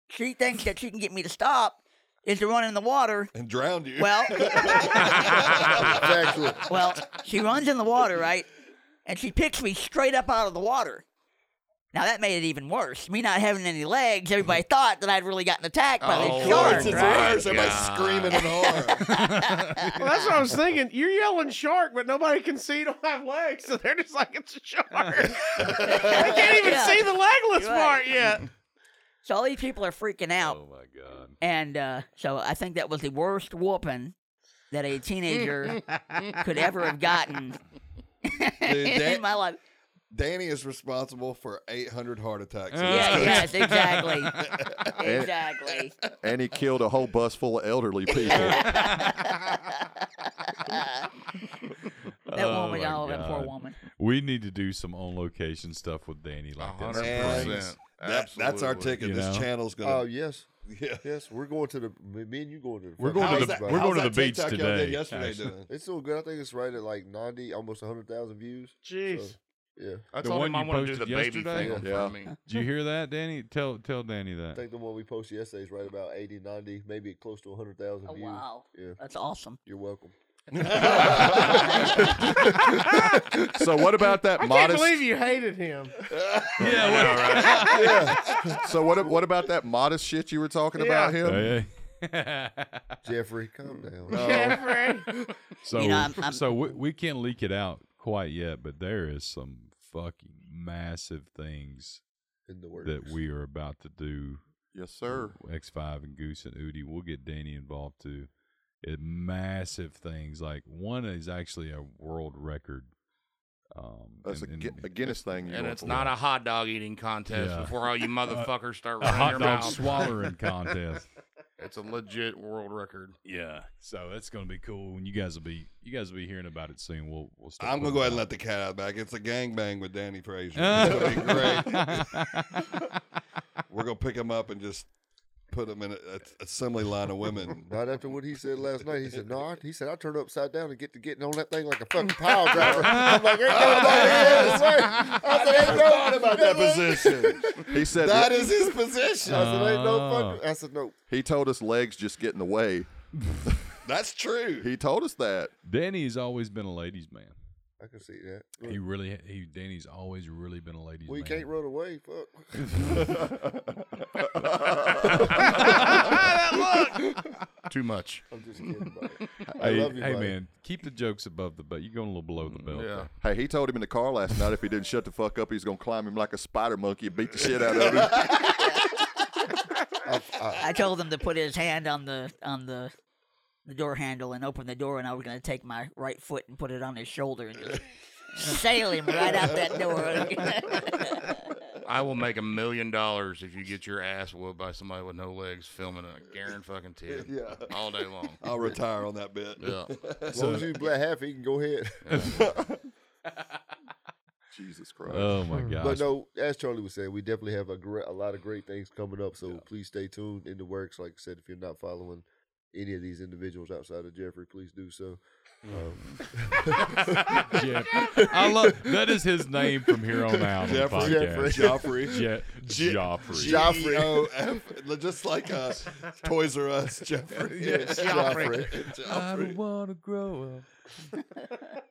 she thinks that she can get me to stop is to run in the water. and drowned you. Well. Exactly. Well, she runs in the water, right? And she picks me straight up out of the water. Now that made it even worse. Me not having any legs, everybody thought that I'd really gotten attacked by Oh, these Sharks, sharks, Lord. it's right? worse. Everybody's screaming and horror. Well, that's what I was thinking. You're yelling shark, but nobody can see you don't have legs, so they're just like it's a shark. they can't even Yeah. see the legless Right. part yet. So all these people are freaking out. Oh my god! And uh, so I think that was the worst whooping that a teenager could ever have gotten Dude, in Dan- my life. Danny is responsible for 800 heart attacks. Yeah, yes, exactly. exactly. And he killed a whole bus full of elderly people. That Oh woman, my oh, that poor God. woman. We need to do some on location stuff with Danny like that. 100%. sometimes. That, that's our Absolutely. ticket. You This know? channel's gonna. Oh yes, yeah. yes. We're going to the. Me and you going to the. We're fucking going How's to beach, the- that- bud. we're how's going to that the beach TikTok y'all today, did yesterday actually. doing? It's still good. I think it's right at like ninety, almost hundred thousand views. Jeez. Yeah, I The told one him I you want to do the posted baby yesterday? thing in Yeah. front of me. Did you hear that, Danny? Tell tell Danny I that. think the one we posted yesterday is right about 80, 90, maybe close to hundred thousand Oh, views. wow. Yeah, That's awesome. you're welcome. So what about that I modest? can't believe you hated him. Yeah, well, so what? What about that modest shit you were talking about him? Oh, Hey, Jeffrey, calm down. Jeffrey. So, You know, I'm- I'm- so we, we can't leak it out quite yet, but there is some fucking massive things in the works. that we are about to do. Yes, sir. X5 and Goose and Udi. We'll get Danny involved too. It, massive things like one is actually a world record. Um, That's a, and- Gu- and- a Guinness thing. And it's not a hot dog eating contest Yeah. before all you motherfuckers start a running hot your dog mouth. swallowing contest. It's a legit world record. Yeah, so that's gonna be cool. When you guys will be, you guys will be hearing about it soon. We'll, we'll. Start I'm gonna putting go it ahead and out. let the cat out of the bag. It's a gangbang with Danny Frazier. It's gonna be great. We're gonna pick him up and just put him in a, a assembly line of women. Right after what he said last night, he said, "No," I, he said, "I turned upside down and get to getting on that thing like a fucking pile driver." I'm like, "Ain't nobody else way." I said, "Ain't no Thought about that position. He said That is his position. I said, "Ain't no Oh. fucking." I said, "No." he told us legs just get in the way. That's true. He told us that. Danny's always been a ladies' man. I can see that. He really, he Danny's always really been a ladies' We Oh, man. can't run away. Fuck. Too much. I'm just kidding. About it. I Hey, love you, hey buddy. man, keep the jokes above the belt. You're going a little below the belt. Yeah. Hey, he told him in the car last night if he didn't shut the fuck up, he's gonna climb him like a spider monkey and beat the shit out of him. I told him to put his hand on the on the the door handle and open the door, and I was going to take my right foot and put it on his shoulder and just sail him right out that door. I will make a million dollars if you get your ass whooped by somebody with no legs filming a Garen fucking Ted Yeah. all day long. I'll retire on that bit. Yeah. As long as you black half, he can go ahead. Jesus Christ. Oh my gosh. But no, as Charlie was saying, we definitely have a great, a lot of great things coming up. So please stay tuned in the works. Like I said, if you're not following any of these individuals outside of Jeffrey, please do so. Um, Jeff. I love that is his name from here on out. Jeffrey. on Jeffrey. podcast. Joffrey. Je- Je- Joffrey. Joffrey. G-O-F, just like uh, Toys R Us, Jeffrey. Joffrey. I don't Joffrey. want to grow up.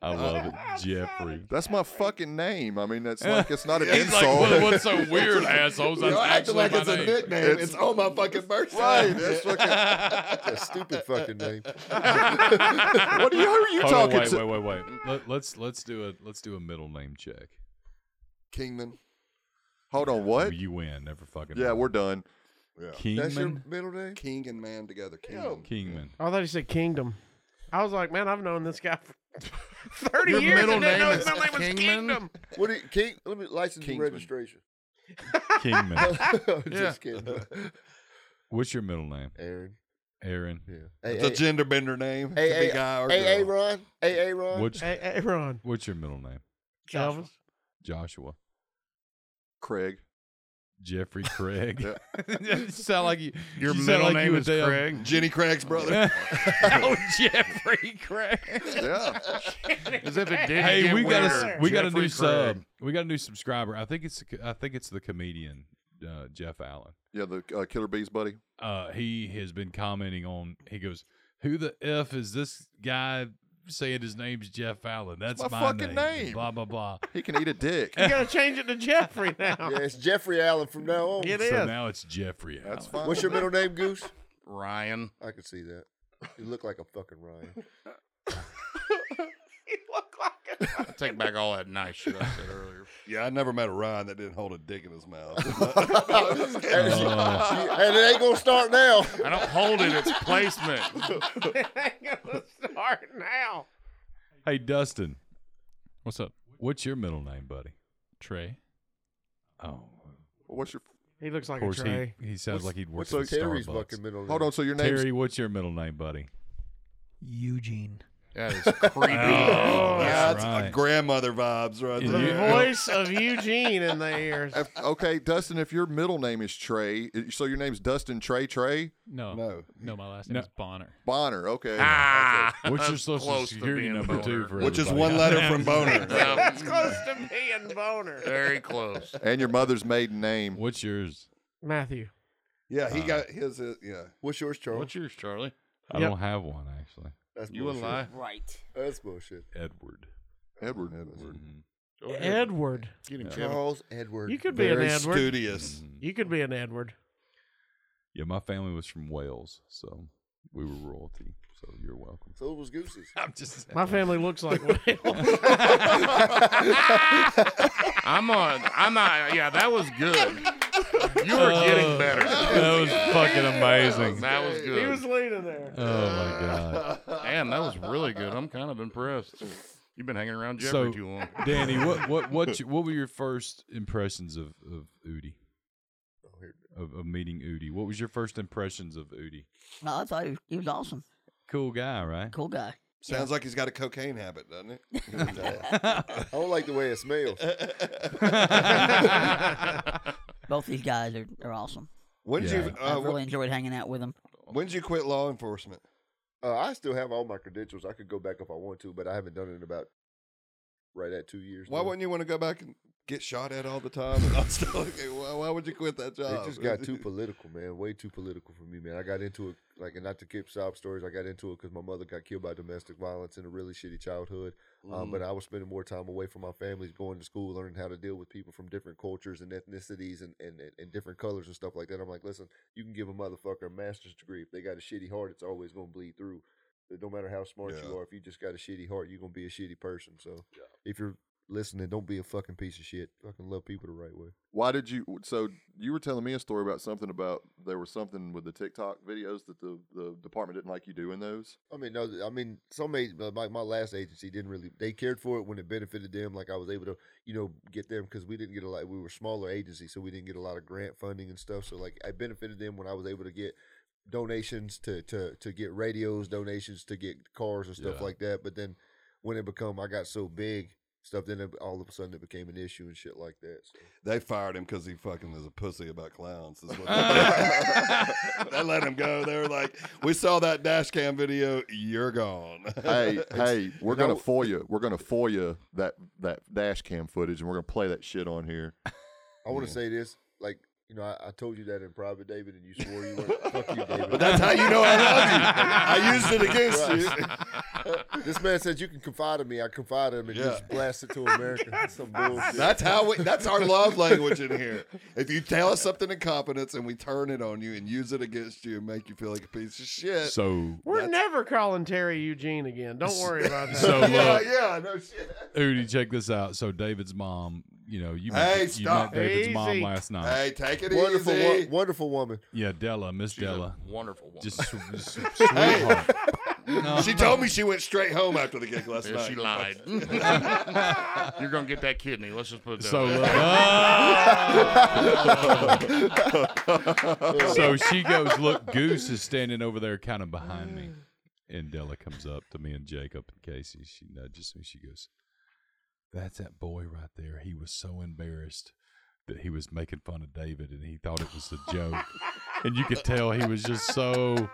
I love it, Jeffrey. That's my fucking name. I mean, that's like it's not an He's like, insult. "What- what's so weird, assholes? That's Y'all acting actually like my it's a name." nickname. It's, on my fucking birthday. Right, it's fucking- that stupid fucking name. what are you, who are you Hold on, talking wait, to? wait, wait, wait. Let, let's let's do a let's do a middle name check. Kingman. Hold on, what? You win. Never fucking. Yeah, mind. we're done. That's your Kingman. middle name? King and man together. Kingman. Kingman. I thought he said kingdom. I was like, man, I've known this guy for 30 Your years middle and didn't know name his is middle name was Kingman? kingdom. What? do you- King? Let me license and Kingsman. registration. Kingman. I'm just kidding. What's your middle name? Aaron. Aaron. Yeah. It's a Hey, gender bender name. Hey, It could be hey, guy or hey, hey, girl. Ron. Hey, hey, Ron. What's Hey, hey, Ron. what's your middle name? Joshua. Elvis. Joshua. Craig. Jeffrey Craig. Yeah. you sound like you. Your you sound middle like name you is would tell- Craig. Jenny Craig's brother. oh, Jeffrey Craig. Yeah. As if it did. Hey, we got a a we got a new sub. We got a new subscriber. I think it's the co- I think it's the comedian uh, Jeff Allen. Yeah, the uh, Killer Bees buddy. Uh, he has been commenting on. He goes, "Who the f is this guy saying his name's Jeff Allen? That's my fucking name." Blah blah blah. He can eat a dick. You got to change it to Jeffrey now. Yeah, it's Jeffrey Allen from now on. It so is. now it's Jeffrey. That's Allen. fine. What's your middle name, Goose? Ryan. I can see that. You look like a fucking Ryan. You look like a- I take back all that nice shit I said earlier. yeah, I never met a Ryan that didn't hold a dick in his mouth. Oh, and it ain't gonna start now. I don't hold it. It's placement. it ain't gonna start now. hey Dustin, what's up? What's your middle name, buddy? Trey. Oh, What's your? He looks of like a course tray. he he sounds like he'd work What's at Terry's Starbucks. fucking middle name? Hold on. So your name's Terry, what's your middle name, buddy? Eugene. That is creepy. Oh. Oh, yeah, that's right. a grandmother vibes right Yeah. there. Oh, The voice of Eugene in the ears. If- okay, Dustin. If your middle name is Trey, uh, so your name's Dustin Trey Trey No. No. No, my last name No. is Bonner. Bonner. Okay. Ah, What's your that's social close to security being a number boner. too? For Which is everybody? one letter from boner. Yeah, That's close to being boner. Very close. And your mother's maiden name. What's yours? Matthew. Yeah, he got his. uh, yeah, What's yours, Charles? What's yours, Charlie? I Yep. don't have one actually. That's You a bullshit. lie. Right. That's bullshit. Edward. Edward. Edward. Mhm. Edward. Get him, Kevin. Charles Edward. You could be an Very Edward. studious. Mhm. You could be an Edward. Yeah, my family was from Wales, so we were royalty. So you're welcome. So was Gooses. I'm just My family looks like Wales. I'm on. I'm not. Yeah, that was good. You were getting better. Oh. That was fucking amazing. That was he good. was leading there. Oh my god, Damn, that was really good. I'm kind of impressed. You've been hanging around Jeffrey So- too long. Danny, what what what you, what were your first impressions of of Udi? Of, of meeting Udi, what was your first impressions of Udi? No, I thought he was, he was awesome. Cool guy, right? Cool guy. Sounds like he's got a cocaine habit, doesn't it? I don't like the way it smells. Both these guys are, are awesome. When did Yeah. you I uh, really enjoyed hanging out with them. when did you quit law enforcement? Uh, I still have all my credentials. I could go back if I want to, but I haven't done it in about right at two years. Why now. wouldn't you want to go back and get shot at all the time? And all stuff like that? why, why would you quit that job? It just got too political, man. Way too political for me, man. I got into it, like, and not to keep sob stories. I got into it because my mother got killed by domestic violence in a really shitty childhood. Um, Mm. but I was spending more time away from my families, going to school, learning how to deal with people from different cultures and ethnicities and, and, and, and different colors and stuff like that. I'm like, listen, you can give a motherfucker a master's degree. If they got a shitty heart, it's always going to bleed through. It don't matter how smart Yeah. you are. If you just got a shitty heart, you're going to be a shitty person. So if you're listening, don't be a fucking piece of shit. Fucking love people the right way. Why did you? So you were telling me a story about something about there was something with the TikTok videos that the, the department didn't like you doing those. I mean, no, I mean, some age, but like my last agency didn't really. They cared for it when it benefited them. Like I was able to, you know, get them because we didn't get a lot. We were smaller agency, so we didn't get a lot of grant funding and stuff. So like, I benefited them when I was able to get donations to to to get radios, donations to get cars and stuff Yeah. like that. But then when it become, I got so big stuff. Then it, all of a sudden it became an issue and shit like that. So. They fired him because he fucking is a pussy about clowns. Is what they, they let him go. They were like, "We saw that dash cam video. You're gone." Hey, hey, we're gonna No. FOIA. We're gonna FOIA that that dash cam footage, and we're gonna play that shit on here. I want to say this, like. You know, I, I told you that in private, David, and you swore you weren't. Fuck you, David. but that's how you know I love you. I used it against you. This man says you can confide in me. I confide in him and Yeah. just blast it to America. Some bullshit. That's how we, that's our love language in here. If you tell us something in confidence and we turn it on you and use it against you and make you feel like a piece of shit. So We're never calling Terry Eugene again. Don't worry about that. so yeah, look, yeah, no shit. Udi, check this out. So David's mom, you know, you met, Hey, you stop. met David's mom Easy. last night. Hey, take it wonderful, wo- easy. wonderful woman. Yeah, Della, Miss She's a Della, wonderful woman. just, sw- just sweetheart. No. She told me she went straight home after the gig last Yeah, night. she lied. You're gonna get that kidney. Let's just put it So, uh, down. look, Oh! so she goes, Look, Goose is standing over there kind of behind me. And Della comes up to me and Jacob and Casey. She nudges me. She goes, That's that boy right there. He was so embarrassed that he was making fun of David and he thought it was a joke. and you could tell he was just so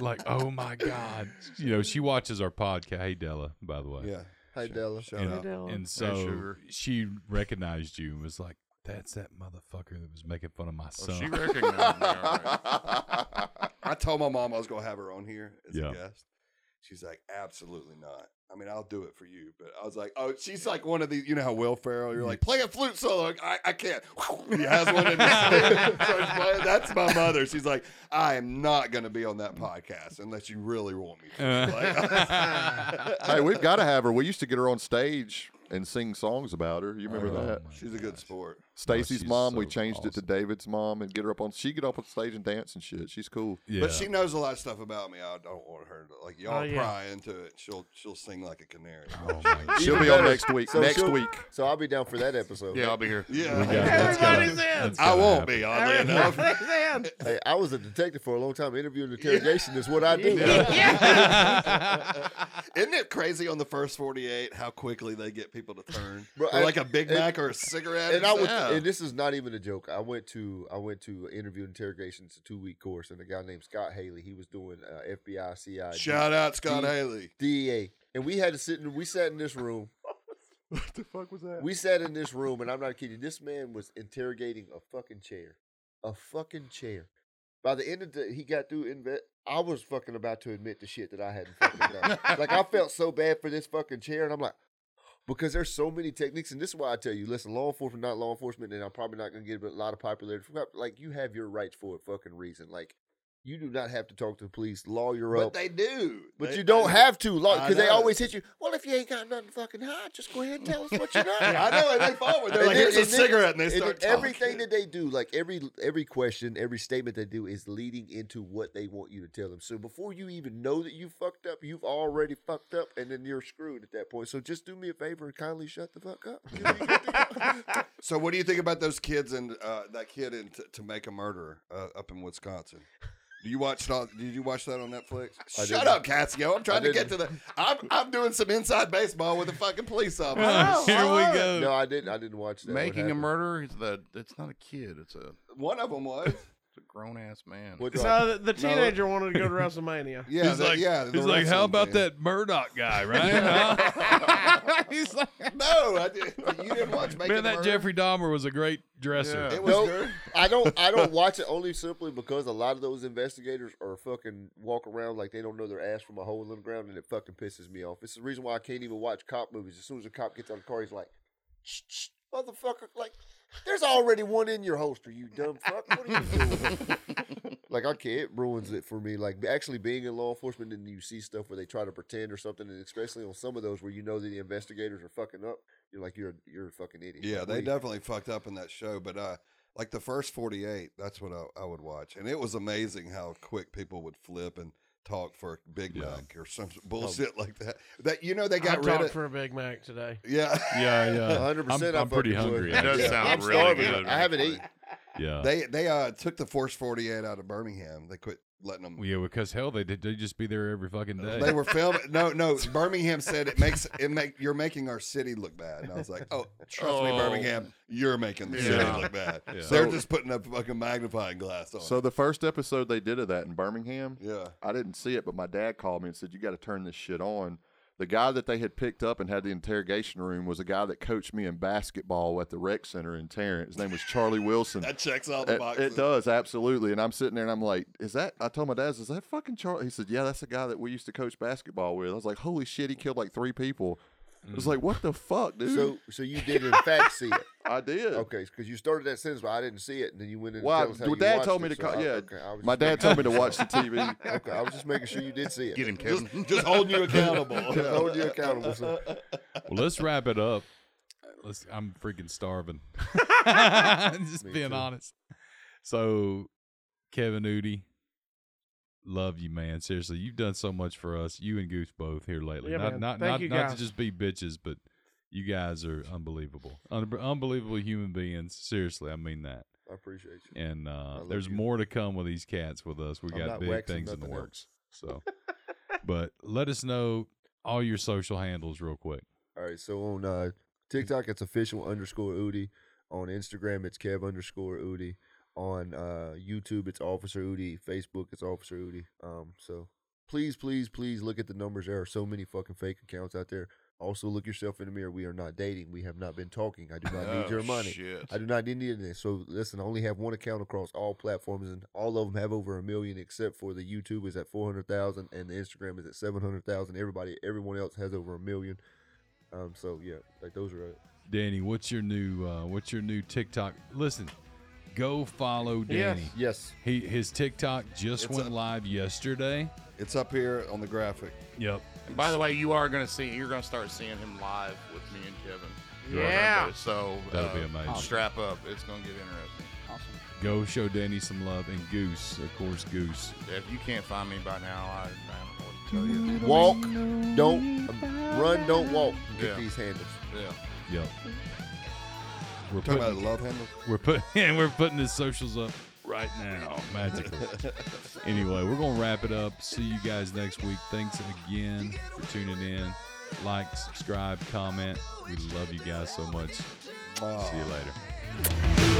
like, Oh my God. You know, she watches our podcast. Hey, Della, by the way. Yeah. Hi, Della. And, up. Della. and so sugar. she recognized you and was like, "That's that motherfucker that was making fun of my Well, she son." recognized me. All right. I told my mom I was gonna have her on here as Yeah. a guest. She's like, absolutely not. I mean, I'll do it for you, but I was like, oh, she's like one of these. You know how Will Ferrell, you're like, play a flute solo. Like, I, I can't. He has one. In his hand, starts playing. That's my mother. She's like, I am not going to be on Mm. that podcast unless you really want me. To. Uh. Like, hey, we've got to have her. We used to get her on stage and sing songs about her. You remember Oh, that? my she's a good sport. Stacy's she's mom. we so changed it to awesome. David's mom and get her up on. She get up on stage and dance and shit. She's cool. yeah. But she knows a lot of stuff about me. I don't want her to like y'all Oh, yeah. pry into it. She'll she'll sing like a canary. oh my God. She'll be on next week. So next she'll- week. So I'll be down for that episode. Yeah, I'll be here. Yeah, That's gotta- Everybody's in. that's I gotta won't happen. be oddly enough. Everybody's in. Hey, I was a detective for a long time. Interview and interrogation is what I do. Isn't it crazy on the first 48 how quickly they get people to turn? Bro, Or I- like a Big and- Mac or a cigarette. and I was, Yeah. and this is not even a joke. I went to I went to interview and interrogation. It's a two week course, and a guy named Scott Haley. He was doing uh, FBI, CI, Shout out Scott Deep. Haley. DEA, and we had to sit in. We sat in this room. What the fuck was that? We sat in this room, and I'm not kidding. This man was interrogating a fucking chair, a fucking chair. By the end of the, he got through inve- I was fucking about to admit the shit that I hadn't fucking done. like I felt so bad for this fucking chair, and I'm like, because there's so many techniques, and this is why I tell you, listen, law enforcement, not law enforcement, and I'm probably not gonna get a lot of popularity. from that, but, Like you have your rights for a fucking reason. Like you do not have to talk to the police, lawyer But up. they do. But They- you don't they- have to, I because they know. always hit you. Well, if you ain't got nothing to fucking hide, just go ahead and tell us what you got. I know, and they forward. They're And like, then- "Here's a and then- cigarette," and they and start then everything talking. that they do, like every every question, every statement they do, is leading into what they want you to tell them. So before you even know that you fucked up, you've already fucked up, and then you're screwed at that point. So just do me a favor and kindly shut the fuck up. You'll be good to go. So, what do you think about those kids and uh, that kid in t- to make a murderer uh, up in Wisconsin? Do you watch it all, Did you watch that on Netflix? I Shut didn't. up, Casio. I'm trying to get to didn't. the. I'm I'm doing some inside baseball with a fucking police officer. Oh. Here we go. no, I didn't. I didn't watch that. What Making a happened? murderer is the it's not a kid, it's a One of them was. it's a grown ass man. What do I- So the, the teenager wanted to go to WrestleMania. Yeah, he's the- like, yeah. the he's like, how wrestling about team." that Murdoch guy, right? Huh? He's like, No, I did. You didn't watch Making Man, a that Murderer? Jeffrey Dahmer was a great dresser. It was No, good. I don't. I don't watch it only simply because a lot of those investigators are fucking walk around like they don't know their ass from a hole in the ground, and it fucking pisses me off. It's the reason why I can't even watch cop movies. As soon as a cop gets out of the car, he's like, shh, shh, "Motherfucker, like, there's already one in your holster, you dumb fuck. What are you doing?" like, I can't. It ruins it for me. Like, actually being in law enforcement, and you see stuff where they try to pretend or something, and especially on some of those where you know that the investigators are fucking up. You're like, you're you're a fucking idiot. Yeah, Like, they what are you- definitely fucked up in that show, but uh like the first 48, that's what I, I would watch. And it was amazing how quick people would flip and talk for a Big Yeah. Mac or some bullshit like that. That you know they got I rid talked of for a Big Mac today. Yeah. Yeah, yeah. 100% I'm, I I'm pretty fucking would. hungry. It does actually. sound I'm really starving. good. I haven't eaten. Yeah. They they uh took the Force 48 out of Birmingham. They quit letting them Well, yeah, because hell, they they just be there every fucking day. They were filming. No, no. Birmingham said it makes it make you're making our city look bad, and I was like, oh, trust me, Oh. Birmingham, you're making the Yeah. city look bad. They're just putting a fucking magnifying glass on. So it. the first episode they did of that in Birmingham, yeah, I didn't see it, but my dad called me and said, "You got to turn this shit on." The guy that they had picked up and had the interrogation room was a guy that coached me in basketball at the rec center in Tarrant. His name was Charlie Wilson. that checks all the It, boxes. it does absolutely, and I'm sitting there and I'm like, "Is that?" I told my dad, "Is that fucking Charlie?" He said, "Yeah, that's the guy that we used to coach basketball with." I was like, "Holy shit, he killed like three people." I was like, "What the fuck, dude?" So, so you did in fact see it, I did. okay? Because you started that sentence, but I didn't see it, and then you went in. Well, Well, and tell us how I- you dad watched told me it, to so call. I- yeah, okay, I was my just dad making- told me to watch the TV. Okay, I was just making sure you did see it. Get him, Kevin. Just holding you accountable. Just holding you accountable. So. well, let's wrap it up. Let's. I'm freaking starving. Just Me being too. honest. So, Kevin Udi, love you, man. Seriously, you've done so much for us. You and Goose both here lately. Yeah, not man. not Thank not, you, not guys. to just be bitches, but you guys are unbelievable, Un- unbelievable human beings. Seriously, I mean that. I appreciate you. And uh, love there's you. more to come with these cats with us. We I'm got not big waxing things in the nothing works. So, but let us know all your social handles real quick. All right, so on uh, TikTok, it's official underscore Udi. On Instagram, it's Kev underscore Udi. On uh, YouTube, it's Officer Udi. Facebook, it's Officer Udi. Um, so please, please, please look at the numbers. There are so many fucking fake accounts out there. Also, look yourself in the mirror. We are not dating. We have not been talking. I do not Oh, need your money. Oh, Shit. I do not need any of this. So listen, I only have one account across all platforms, and all of them have over a million, except for the YouTube is at four hundred thousand, and the Instagram is at seven hundred thousand. Everybody, everyone else has over a million. Um, so yeah, like those are. uh, Danny, what's your new uh, what's your new TikTok? Listen, go follow Danny. Yes, He his TikTok just It's went up. live yesterday. It's up here on the graphic. Yep. And by the way, you are gonna see you're gonna start seeing him live with me and Kevin. Yeah. So That'll uh, be amazing. Strap up. It's gonna get interesting. Go show Danny some love and Goose, of course, Goose. If you can't find me by now, I, I don't know what to tell you. walk, don't um, run, don't walk. Get Yeah. these handles. Yeah. Yep. We're Talking about putting, love handle. we're putting we're putting his socials up right now. Magically. anyway, we're gonna wrap it up. See you guys next week. Thanks again for tuning in. Like, subscribe, comment. We love you guys so much. See you later.